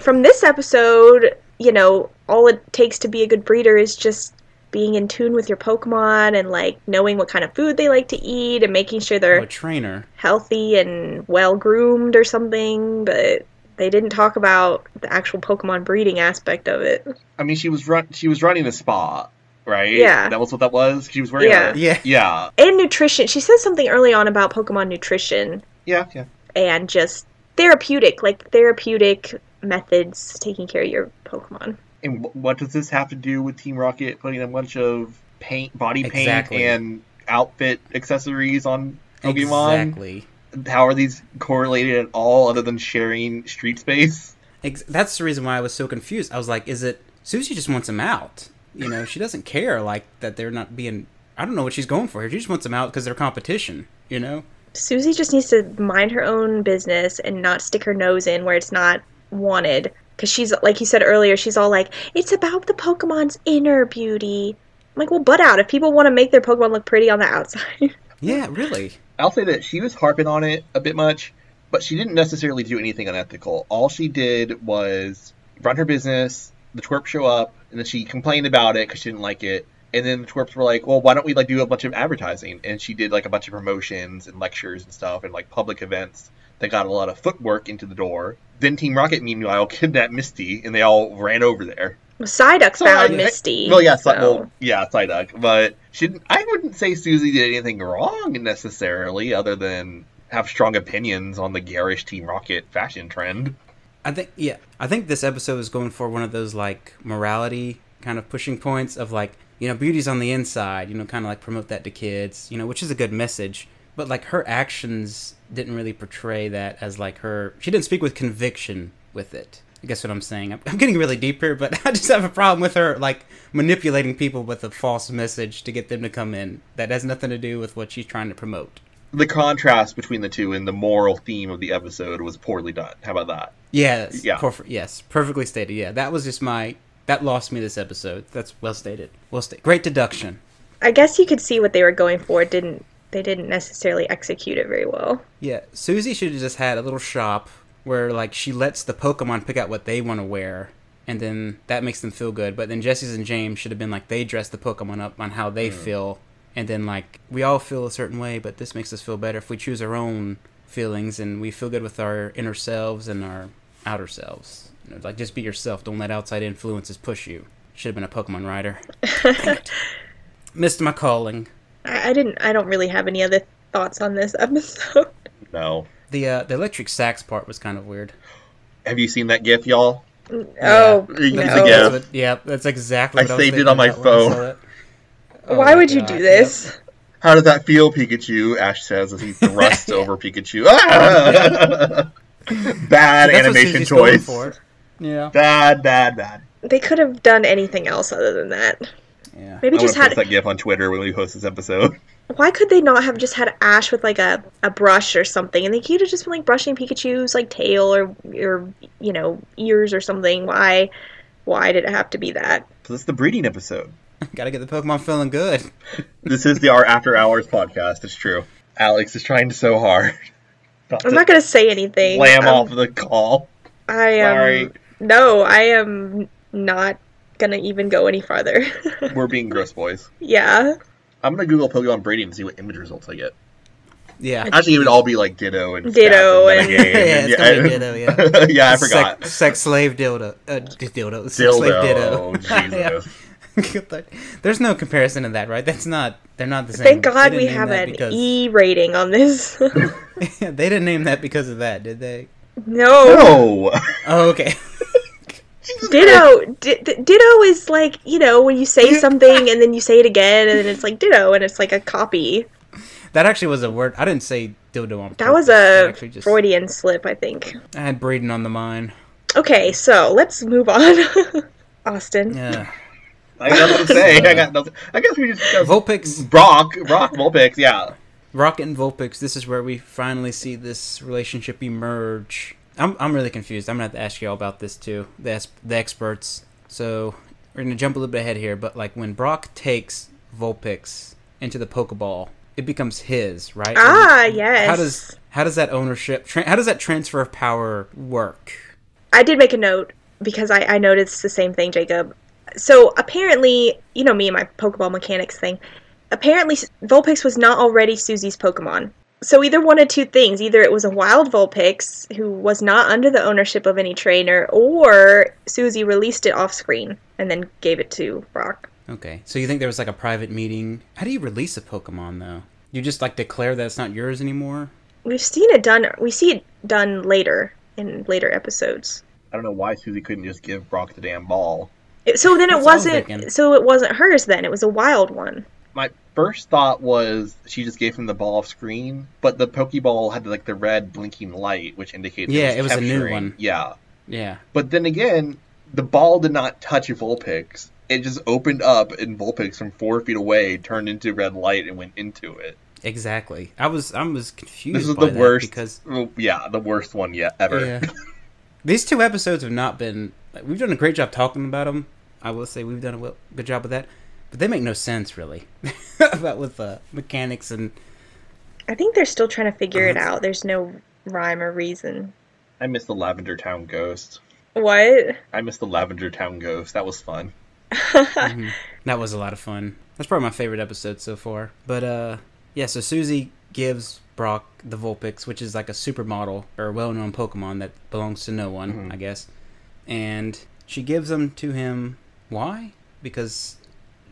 from this episode, you know, all it takes to be a good breeder is just being in tune with your Pokemon and like knowing what kind of food they like to eat and making sure Oh, a they're trainer. healthy and well groomed or something. But they didn't talk about the actual Pokemon breeding aspect of it. I mean, she was run. She was running a spa, right? Yeah. that was what that was. She was wearing. Yeah. a- Yeah. yeah, And nutrition. She says something early on about Pokemon nutrition yeah, yeah. and just therapeutic, like therapeutic methods taking care of your Pokemon. And wh- what does this have to do with Team Rocket putting a bunch of paint, body paint, Exactly. and outfit accessories on Pokemon? Exactly. How are these correlated at all, other than sharing street space? Ex- that's the reason why I was so confused. I was like, is it Susie just wants him out? You know, she doesn't care like that they're not being. I don't know what she's going for here. She just wants him out because they're competition. You know, Susie just needs to mind her own business and not stick her nose in where it's not wanted. Because she's, like you said earlier, she's all like, it's about the Pokemon's inner beauty. I'm like, well, butt out. If people want to make their Pokemon look pretty on the outside. yeah, really. I'll say that she was harping on it a bit much, but she didn't necessarily do anything unethical. All she did was run her business. The twerp show up, and then she complained about it because she didn't like it. And then the twerps were like, "Well, why don't we like do a bunch of advertising?" And she did like a bunch of promotions and lectures and stuff and like public events that got a lot of footwork into the door. Then Team Rocket, meanwhile, kidnapped Misty, and they all ran over there. Well, Psyduck So, found I- I- Misty. Well, yeah, so. so- well, yeah, Psyduck. But she, didn't- I wouldn't say Susie did anything wrong necessarily, other than have strong opinions on the garish Team Rocket fashion trend. I think yeah, I think this episode is going for one of those like morality kind of pushing points of like you know beauty's on the inside, you know, kind of like promote that to kids, you know, which is a good message. But like her actions didn't really portray that as like her. She didn't speak with conviction with it. I guess what I'm saying. I'm, I'm getting really deep here, but I just have a problem with her like manipulating people with a false message to get them to come in that has nothing to do with what she's trying to promote. The contrast between the two and the moral theme of the episode was poorly done. How about that? Yes. Yeah. Perf- yes. Perfectly stated. Yeah. That was just my. That lost me this episode. That's well stated. Well stated. Great deduction. I guess you could see what they were going for. Didn't they? Didn't necessarily execute it very well. Yeah. Susie should have just had a little shop where like she lets the Pokemon pick out what they want to wear, and then that makes them feel good. But then Jesse's and James should have been like they dress the Pokemon up on how they feel, and then like we all feel a certain way, but this makes us feel better if we choose our own feelings and we feel good with our inner selves and our outer selves. You know, like just be yourself. Don't let outside influences push you. Should have been a Pokemon rider. Dang it. Missed my calling. I, I didn't. I don't really have any other thoughts on this episode. No. The uh, the electric sax part was kind of weird. Have you seen that GIF, y'all? Oh It's a no! gif. That's what- yeah, that's exactly. I What I, saved was it on thinking my about when I saw phone. that. Oh Why my would you God, do yep. this? How does that feel, Pikachu? Ash says as he thrusts over Pikachu. Ah! bad That's what animation Susie's going choice. for. Yeah. Bad, bad, bad. They could have done anything else other than that. Yeah. Maybe I want just to post had. that GIF on Twitter when we post this episode. Why could they not have just had Ash with like a, a brush or something, and they could have just been like brushing Pikachu's like tail or or you know ears or something? Why? Why did it have to be that? So this is the breeding episode. Gotta get the Pokemon feeling good. This is the Our After Hours podcast. It's true. Alex is trying so hard not I'm to not gonna say anything. slam Um, off the call. I am. Sorry. No, I am not gonna even go any farther. We're being gross boys. yeah. I'm gonna Google Pokemon breeding and see what image results I get. Yeah. Actually, it would all be like Ditto and Ditto Stats and- Metagame Yeah, it's gonna be Ditto, yeah. and- yeah, I forgot. Sex, sex slave dildo. Uh, d- dildo. Sex slave Dildo, Oh, ditto. Jesus. Yeah. There's no comparison to that, right? That's not. They're not the same. Thank They God didn't we name have that an because, E rating on this. they didn't name that because of that, did they? no. No. Oh, okay. Ditto. D- d- ditto is like you know when you say something and then you say it again and then it's like ditto and it's like a copy. That actually was a word. I didn't say dildo on That was purpose. I a actually just- Freudian slip, I think. I had breeding on the mind. Okay, so let's move on. Austin. Yeah. I got nothing to say. I got nothing. I guess we just discussed Vulpix. Brock, Rock, Vulpix, yeah. Rocket and Vulpix, this is where we finally see this relationship emerge. I'm, I'm really confused. I'm gonna have to ask y'all about this too, the, es- the experts. So we're gonna jump a little bit ahead here, but like when Brock takes Vulpix into the Pokeball, it becomes his, right? Ah, yes. How does how does that ownership? Tra- how does that transfer of power work? I did make a note because I, I noticed the same thing, Jacob. So apparently, you know me and my Pokeball mechanics thing. Apparently, Vulpix was not already Susie's Pokemon. So either one of two things: either it was a wild Vulpix who was not under the ownership of any trainer, or Susie released it off screen and then gave it to Brock. Okay, so you think there was like a private meeting? How do you release a Pokemon though? You just like declare that it's not yours anymore? We've seen it done. We see it done later in later episodes. I don't know why Susie couldn't just give Brock the damn ball. It- So then it That's what I was thinking. wasn't. So it wasn't hers. Then it was a wild one. My first thought was she just gave him the ball off screen, but the Pokeball had like the red blinking light, which indicates Yeah, it was a new capturing- one. Yeah, Yeah. but then again, the ball did not touch Vulpix. It just opened up, and Vulpix from four feet away turned into red light and went into it. Exactly. I was I was confused. This is by the that worst. because oh, yeah, the worst one yet ever. yeah, these two episodes have not been. Like, we've done a great job talking about them. I will say we've done a wel- good job of that, but they make no sense really about with the mechanics and I think they're still trying to figure it Uh-huh. out. There's no rhyme or reason. I miss the Lavender Town Ghost. What? I miss the Lavender Town Ghost. That was fun. that was a lot of fun. That's probably my favorite episode so far. But uh yeah, so Susie gives Brock the Vulpix, which is like a supermodel or well known Pokemon that belongs to no one, I guess. And she gives them to him why? Because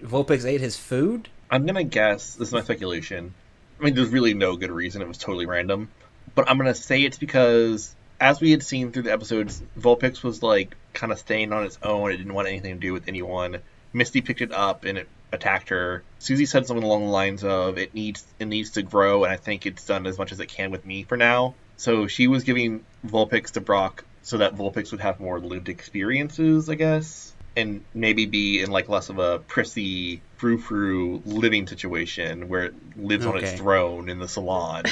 Vulpix ate his food? I'm gonna guess. This is my speculation. I mean, there's really no good reason. It was totally random. But I'm gonna say it's because, as we had seen through the episodes, Vulpix was like kind of staying on its own. It didn't want anything to do with anyone. Misty picked it up and it attacked her. Susie said something along the lines of, "It needs it needs to grow, and I think it's done as much as it can with me for now." So she was giving Vulpix to Brock so that Vulpix would have more lived experiences, I guess and maybe be in like less of a prissy frou frou living situation where it lives on Okay. its throne in the salon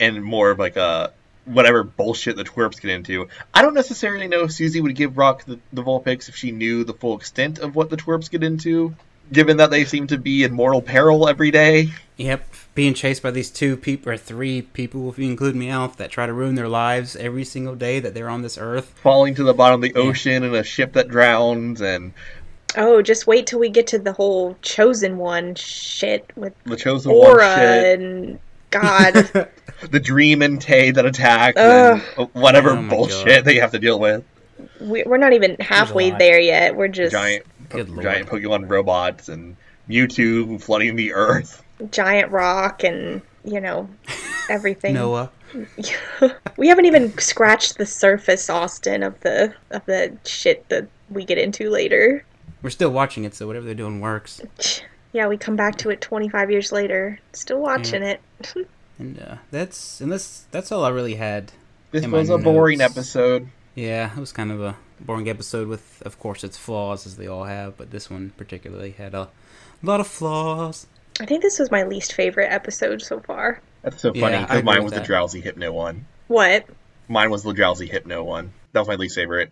and more of like a whatever bullshit the twerps get into. I don't necessarily know if Susie would give Brock the, the Vulpix if she knew the full extent of what the twerps get into, given that they seem to be in mortal peril every day. Yep, being chased by these two people or three people, if you include Meowth, that try to ruin their lives every single day that they're on this earth. Falling to the bottom of the ocean in a ship that drowns and Oh, just wait till we get to the whole chosen one shit with the chosen Aura one shit. and God. the dream and Tay that attack Ugh. and uh, whatever Oh my bullshit God. that you have to deal with. we, we're not even halfway lot. there yet. We're just Giant, giant, Good lord. giant Pokemon robots and Mewtwo flooding the Earth. rock and you know everything. Noah. we haven't even scratched the surface, Austin, of the of the shit that we get into later. We're still watching it, so whatever they're doing works. Yeah, we come back to it 25 years later, still watching Mm. it. And uh, that's and that's that's all I really had. This In my was a boring notes. episode. Yeah, it was kind of a boring episode with, of course, its flaws as they all have, but this one particularly had a lot of flaws. I think this was my least favorite episode so far. That's so Yeah, funny I because agree mine with was that. the drowsy hypno one. What? Mine was the drowsy hypno one. That was my least favorite.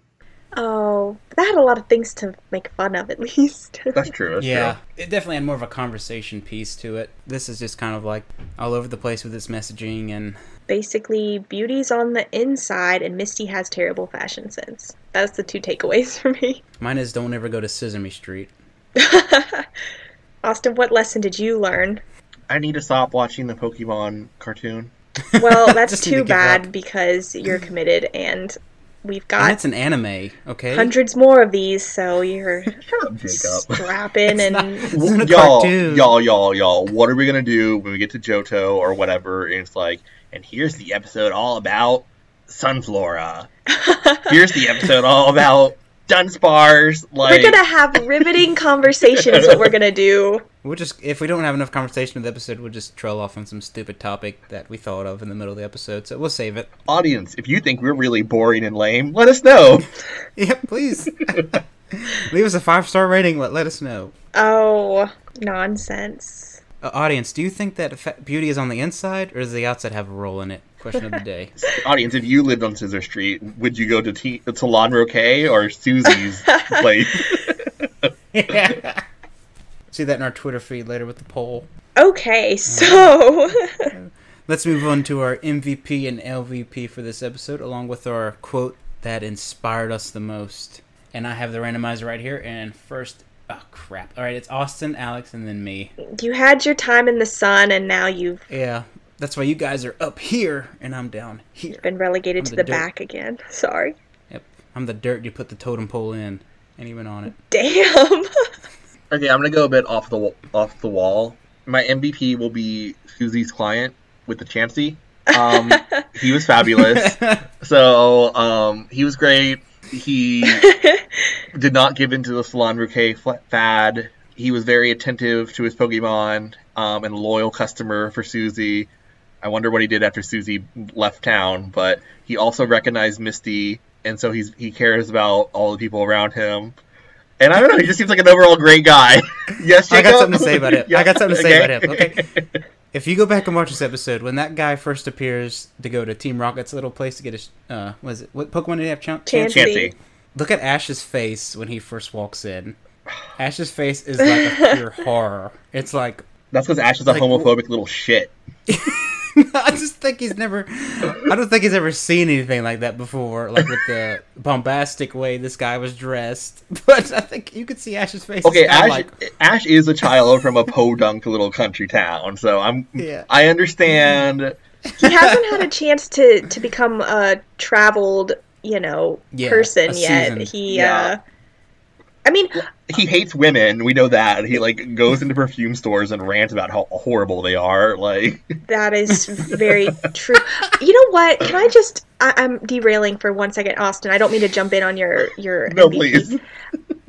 Oh, that had a lot of things to make fun of, at least. That's true. That's Yeah, true. it definitely had more of a conversation piece to it. This is just kind of like all over the place with its messaging and Basically, beauty's on the inside, and Misty has terrible fashion sense. That's the two takeaways for me. Mine is don't ever go to Sesame Street. Austin, what lesson did you learn? I need to stop watching the Pokemon cartoon. Well, that's Just need to too give bad up. because you're committed, and we've And got it's an anime, okay? hundreds more of these, so you're Jacob. strapping and It's not a y'all, cartoon. y'all, y'all, y'all. What are we gonna do when we get to Johto or whatever? And it's like, and here's the episode all about Sunflora. here's the episode all about Dunsparce. Like, we're gonna have riveting conversations. what we're gonna do? We'll just if we don't have enough conversation in the episode, we'll just trail off on some stupid topic that we thought of in the middle of the episode. So we'll save it. audience, if you think we're really boring and lame, let us know. Yep, please. Leave us a five star rating. Let let us know. Oh, nonsense. Uh, audience, do you think that fa- beauty is on the inside, or does the outside have a role in it? Question of the day. audience, if you lived on Scissor Street, would you go to T- to Lon Roque or Susie's place? See that in our Twitter feed later with the poll. Okay, so Let's move on to our MVP and LVP for this episode, along with our quote that inspired us the most. And I have the randomizer right here. And first, oh crap! All right, it's Austin, Alex, and then me. you had your time in the sun, and now you've Yeah, that's why you guys are up here and I'm down here. been relegated I'm to the the dirt. back again. Sorry. Yep, I'm the dirt you put the totem pole in, and he went on it. Damn. Okay, I'm gonna go a bit off the wa- off the wall. My MVP will be Susie's client with the Chansey. Um, he was fabulous. So um, he was great. He did not give in to the Salon Bouquet fad. He was very attentive to his Pokemon um, and a loyal customer for Susie. I wonder what he did after Susie left town, but he also recognized Misty, and so he's he cares about all the people around him. And I don't know, he just seems like an overall great guy. yes, I got Jacob? something to say about it. Yeah, I got something to say okay. about him. Okay. If you go back and watch this episode, when that guy first appears to go to Team Rocket's little place to get his, uh, was it what Pokemon did he have? Ch- Chansey. Chansey. Look at Ash's face when he first walks in. Ash's face is like a pure horror. It's like That's because Ash is a Like, homophobic little shit. I just think he's never. I don't think he's ever seen anything like that before, like with the bombastic way this guy was dressed. But I think you could see Ash's face. Okay, It's kinda Ash, like, Ash is a child from a podunk little country town, so I'm Yeah. I understand. he hasn't had a chance to to become a traveled you know Yeah, person a yet seasoned- he Yeah. uh i mean He hates women, we know that. He like goes into perfume stores and rants about how horrible they are. Like that is very true you know what can i just I, i'm derailing for one second austin i don't mean to jump in on your your no MVP. please.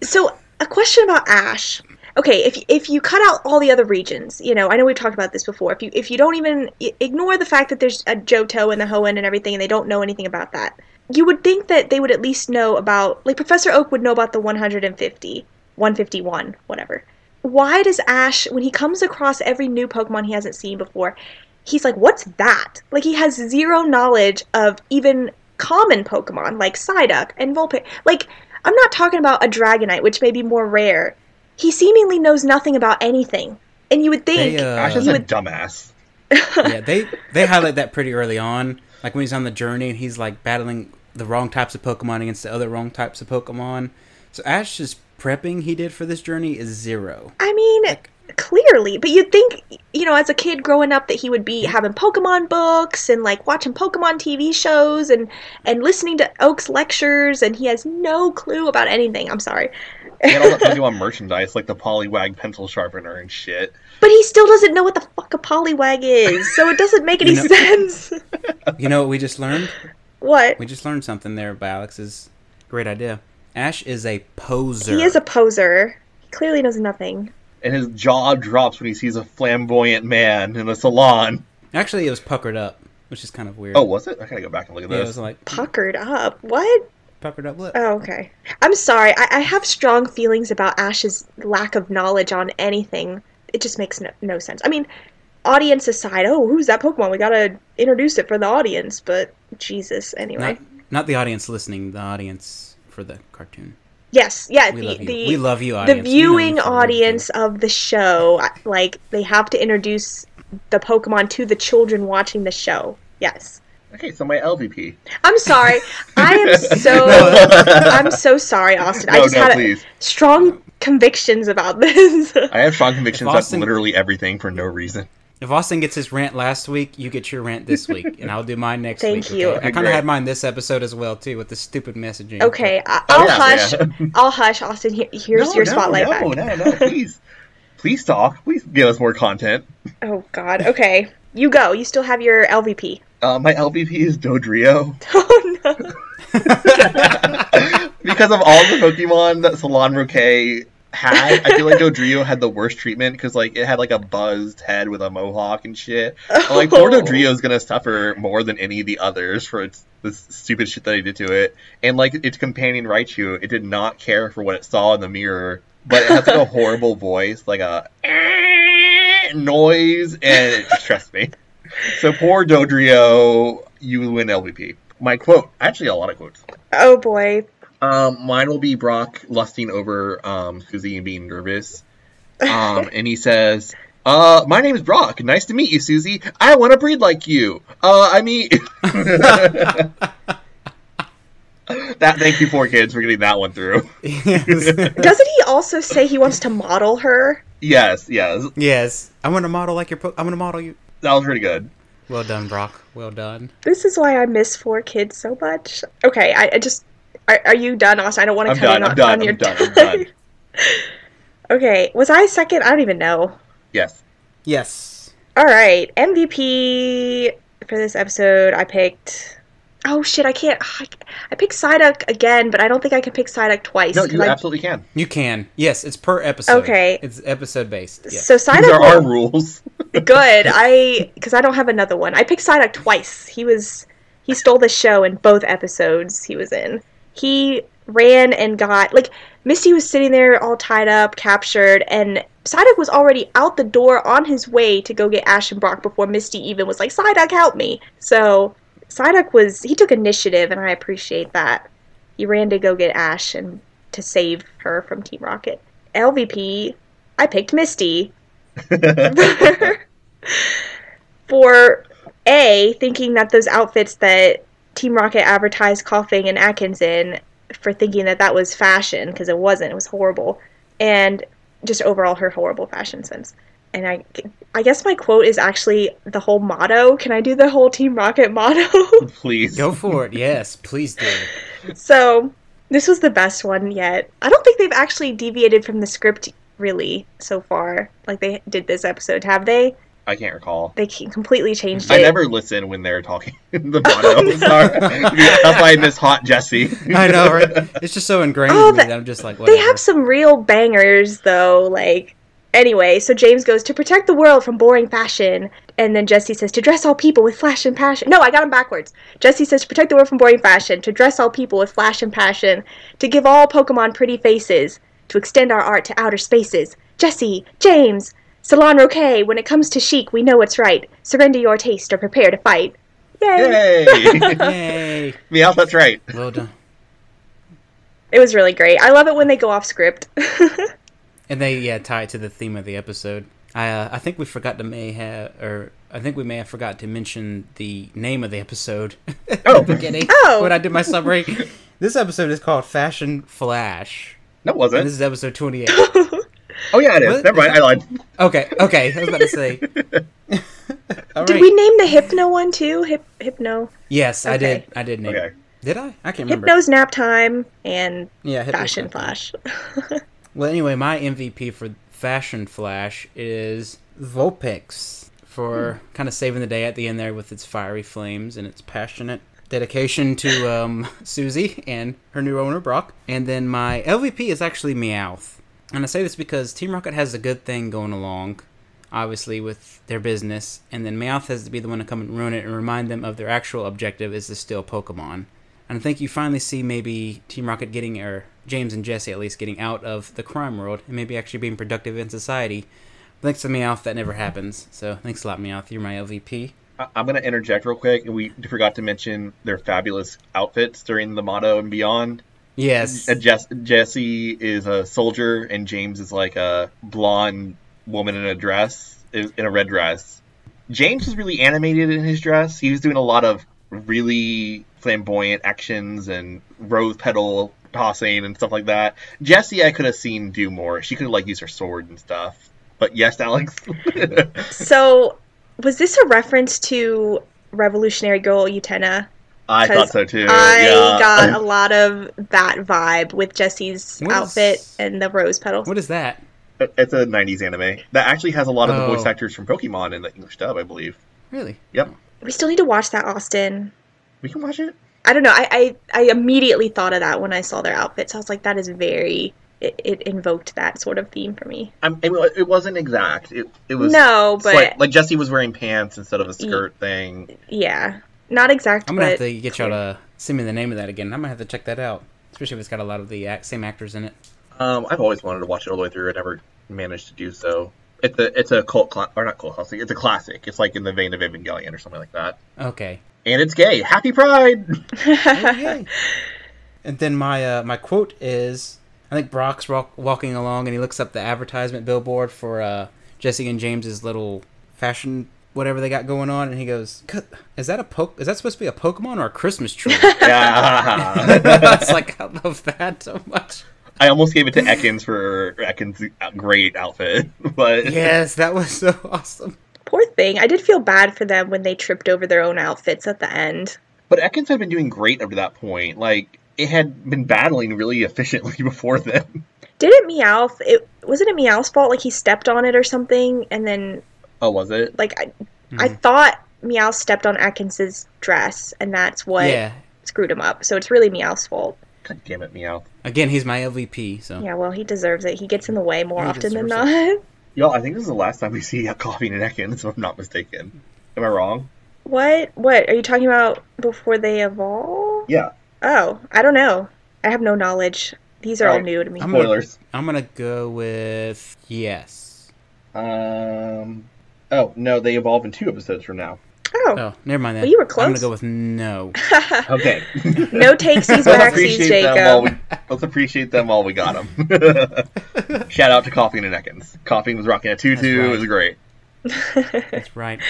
so a question about ash okay if if you cut out all the other regions you know i know we've talked about this before if you if you don't even i- ignore the fact that there's a johto and the hoenn and everything and they don't know anything about that you would think that they would at least know about like professor oak would know about the 150 151 whatever why does ash when he comes across every new pokemon he hasn't seen before he's like what's that like he has zero knowledge of even common pokemon like psyduck and vulpix like i'm not talking about a dragonite which may be more rare he seemingly knows nothing about anything and you would think They, uh, Ash is you a would dumbass. yeah, they they highlight that pretty early on. Like when he's on the journey and he's like battling the wrong types of Pokemon against the other wrong types of Pokemon. So Ash's prepping he did for this journey is zero. I mean, clearly, but you'd think, you know, as a kid growing up, that he would be having Pokemon books and like watching Pokemon TV shows and and listening to Oak's lectures, and he has no clue about anything. I'm sorry, He had all that Pokemon merchandise, like the polywag pencil sharpener and shit. but he still doesn't know what the fuck a polywag is, so it doesn't make any You know- sense. You know what we just learned? what? We just learned something there by Alex's great idea. Ash is a poser. He is a poser. He clearly knows nothing. And his jaw drops when he sees a flamboyant man in a salon. Actually, it was puckered up, which is kind of weird. Oh, was it? I gotta go back and look at yeah, it this. was like Puckered up. What? puckered up lip. Oh, okay. I'm sorry. I, I have strong feelings about Ash's lack of knowledge on anything. It just makes no, no sense. I mean, audience aside, oh, who's that Pokemon? We gotta introduce it for the audience, but Jesus, anyway. not, not the audience listening, the audience for the cartoon. yes, yeah, We Uh, the, love you. the, we love you, the audience. We know you viewing for everything. audience of the show. I- Like, they have to introduce the Pokemon to the children watching the show. Yes. Okay, so my LVP. I'm sorry. I am so. I'm so sorry, Austin. I No, just no, had a- please. strong convictions about this. I have strong convictions If about Austin- literally everything for no reason. If Austin gets his rant last week, you get your rant this week, and I'll do mine next Thank week. you. okay? I kind of Great. had mine this episode as well too, with the stupid messaging. Okay, I- I'll Oh, yeah, hush. yeah. I'll hush, Austin. Here, here's your spotlight no, back. No, no, please. please talk. Please give us more content. Oh God. Okay, you go. You still have your LVP. Uh, my LVP is Dodrio. Oh no. because of all the Pokemon that Salon Roque had, I feel like Dodrio had the worst treatment because like it had like a buzzed head with a mohawk and shit. And, like poor Oh. Dodrio's gonna suffer more than any of the others for its this stupid shit that they did to it. And like its companion Raichu, it did not care for what it saw in the mirror. But it has like a horrible voice, like a "Eh" noise, and it just stressed me. So poor Dodrio, you win LVP. My quote, actually a lot of quotes. Oh boy. Um, mine will be Brock lusting over um, Susie and being nervous. Um, and he says, uh, "My name is Brock. Nice to meet you, Susie. I want to breed like you. Uh, I mean, that. Thank you, four kids, for getting that one through. yes. Doesn't he also say he wants to model her? Yes, yes, yes. I want to model like your. Po- I want to model you. that was pretty good. Well done, Brock. Well done. This is why I miss four kids so much. Okay, I, I just. Are, are you done, Austin? I don't want to I'm cut done. in I'm on, done. on your I'm done. I'm time. done. Okay, was I second? I don't even know. Yes. Yes. All right, MVP for this episode, I picked. Oh shit, I can't. I, I picked Psyduck again, but I don't think I can pick Psyduck twice. No, 'cause you I- absolutely can. You can. Yes, it's per episode. Okay. It's episode based. Yes. So These Psyduck are our was rules. good. I because I don't have another one. I picked Psyduck twice. He was he stole the show in both episodes he was in. He ran and got like Misty was sitting there all tied up, captured, and Psyduck was already out the door on his way to go get Ash and Brock before Misty even was like, Psyduck, help me. So Psyduck was he took initiative and I appreciate that. He ran to go get Ash and to save her from Team Rocket. LVP, I picked Misty for A, thinking that those outfits that Team Rocket advertised Coughing and Atkins in for thinking that that was fashion because it wasn't. It was horrible, and just overall her horrible fashion sense. And I, I guess my quote is actually the whole motto. Can I do the whole Team Rocket motto? Please. Go for it. Yes, please do. so this was the best one yet. I don't think they've actually deviated from the script really so far. Like they did this episode, have they? I can't recall. They c- completely changed it. I never listen when they're talking. the bottoms are that's why I miss hot Jesse. I know, right? It's just so ingrained Oh, in me that- that I'm just like, They whatever. have some real bangers, though. Like, anyway, so James goes to protect the world from boring fashion, and then Jesse says to dress all people with flash and passion. No, I got them backwards. Jesse says to protect the world from boring fashion, to dress all people with flash and passion, to give all Pokemon pretty faces, to extend our art to outer spaces. Jesse, James, Salon Roque. When it comes to chic, we know what's right. Surrender your taste or prepare to fight. Yay! Yay! Yay. Meow, that's right. Well done. It was really great. I love it when they go off script. And they yeah tie it to the theme of the episode. I uh, I think we forgot to may have or I think we may have forgot to mention the name of the episode. Oh, Beginning Oh. when I did my summary. This episode is called Fashion Flash. that And this wasn't. is episode twenty eight. Oh yeah, it is. What? Never mind. I lied. Okay, okay. I was about to say. All Did right. we name the Hypno one too? Hip Hypno. Yes, I Okay. did. I did name. it. Okay. Did I? I can't remember. Hypno's nap time and yeah, Hypno's something. fashion flash. Well, anyway, my MVP for Fashion Flash is Vulpix for kind of saving the day at the end there with its fiery flames and its passionate dedication to um, Susie and her new owner, Brock. And then my LVP is actually Meowth. And I say this because Team Rocket has a good thing going along, obviously, with their business. And then Meowth has to be the one to come and ruin it and remind them of their actual objective is to steal Pokemon. And I think you finally see maybe Team Rocket getting, or James and Jesse at least, getting out of the crime world and maybe actually being productive in society. Thanks to Meowth, that never happens. So thanks a lot, Meowth. You're my LVP. I- I'm gonna interject real quick. We forgot to mention their fabulous outfits during the motto and beyond. Yes. Uh, Jess- Jesse is a soldier, and James is like a blonde woman in a dress, in in a red dress. James was really animated in his dress. He was doing a lot of really flamboyant actions and rose petal tossing and stuff like that. Jesse, I could have seen do more. She could have like used her sword and stuff. But yes, Alex. so, was this a reference to Revolutionary Girl Utena? I thought so too. I yeah. got a lot of that vibe with Jesse's What is- outfit and the rose petal. What is that? It's a 90s anime that actually has a lot of the Oh. voice actors from Pokemon in the English dub, I believe. Really? Yep. We still need to watch that, Austin. We can watch it. I don't know. I, I, I immediately thought of that when I saw their outfits. I was like, that is very. It, it invoked that sort of theme for me. I'm, it, wa- it wasn't exact. It, it was No, but slight- like Jesse was wearing pants instead of a skirt thing. yeah, not exact. I'm going to have but to get y'all to send me the name of that again. I'm going to have to check that out, especially if it's got a lot of the ac- same actors in it. Um, I've always wanted to watch it all the way through. I never managed to do so. It's a it's a cult cla- or not cult classic. It's a classic. It's like in the vein of Evangelion or something like that. Okay. And it's gay. Happy Pride. Okay. and then my uh, my quote is I think Brock's walk- walking along and he looks up the advertisement billboard for uh, Jesse and James's little fashion whatever they got going on and he goes "C- is that a poke is that supposed to be a pokemon or a christmas tree yeah. it's like i love that so much I almost gave it to Ekans for Ekans' great outfit, but yes that was so awesome Poor thing. I did feel bad for them when they tripped over their own outfits at the end. But Ekans had been doing great up to that point. Like it had been battling really efficiently before then. Didn't Meowth? It wasn't it Meowth's fault. Like he stepped on it or something, and then Oh, was it? like I, I Mm-hmm. thought Meowth stepped on Atkins's dress, and that's what yeah screwed him up. So it's really Meowth's fault. God damn it, meow. again he's my lvp so Yeah, well, he deserves it. He gets in the way more He often than deserves not. Y'all, I think this is the last time we see Coughing and Ekans, if I'm not mistaken. Am I wrong? What? What are you talking about? Before they evolve? Yeah. Oh, I don't know. I have no knowledge. These are all Alright. new to me. I'm gonna- Spoilers. i'm gonna go with yes Um. Oh no, they evolve in two episodes from now. oh, oh never mind that Well, you were i'm gonna close. go with no Okay. no takesies, let's waxies, appreciate them while Jacob. we let's appreciate them while we got them. Shout out to Coughing and Ekans. Coughing was rocking a tutu. right. It was great. that's right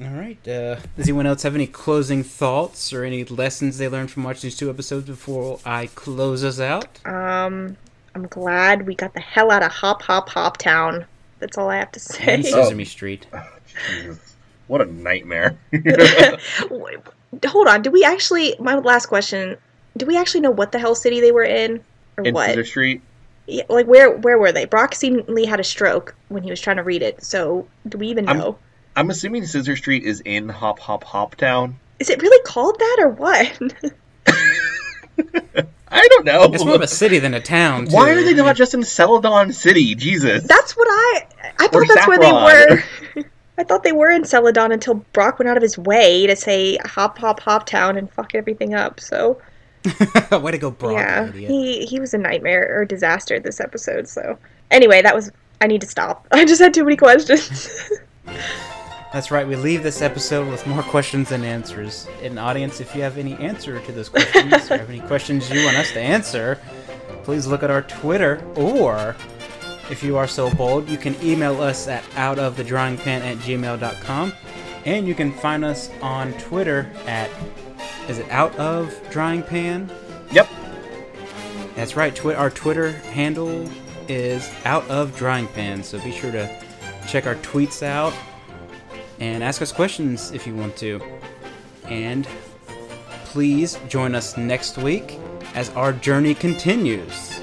All right. Uh, does anyone else have any closing thoughts or any lessons they learned from watching these two episodes before I close us out? Um, I'm glad we got the hell out of Hop Hop Hop Town. That's all I have to say. And Sesame Street. Jesus. What a nightmare. Wait, Hold on. Do we actually? My last question. Do we actually know what the hell city they were in, or Into what? the street. Yeah, like where? Where were they? Brock seemingly had a stroke when he was trying to read it. So do we even I'm- know? I'm assuming Scissor Street is in Hop Hop Hop Town. Is it really called that, or what? I don't know. It's more of a city than a town. Why too. are they not just in Celadon City? Jesus. that's what I. I thought Or that's where they Saffron. were. I thought they were in Celadon until Brock went out of his way to say hop, hop, hop town and fuck everything up. So, Way to go, Brock, yeah, idiot. he, he was a nightmare or disaster this episode. So, anyway, that was. I need to stop. I just had too many questions. That's right. We leave this episode with more questions than answers. And audience, if you have any answer to those questions or have any questions you want us to answer, please look at our Twitter or if you are so bold, you can email us at outofthedrawingpin at gmail.com. And you can find us on Twitter at is it out of drawing pan? Yep. That's right. Twi- our Twitter handle is out of drawing pan, so be sure to check our tweets out and ask us questions if you want to. And please join us next week as our journey continues.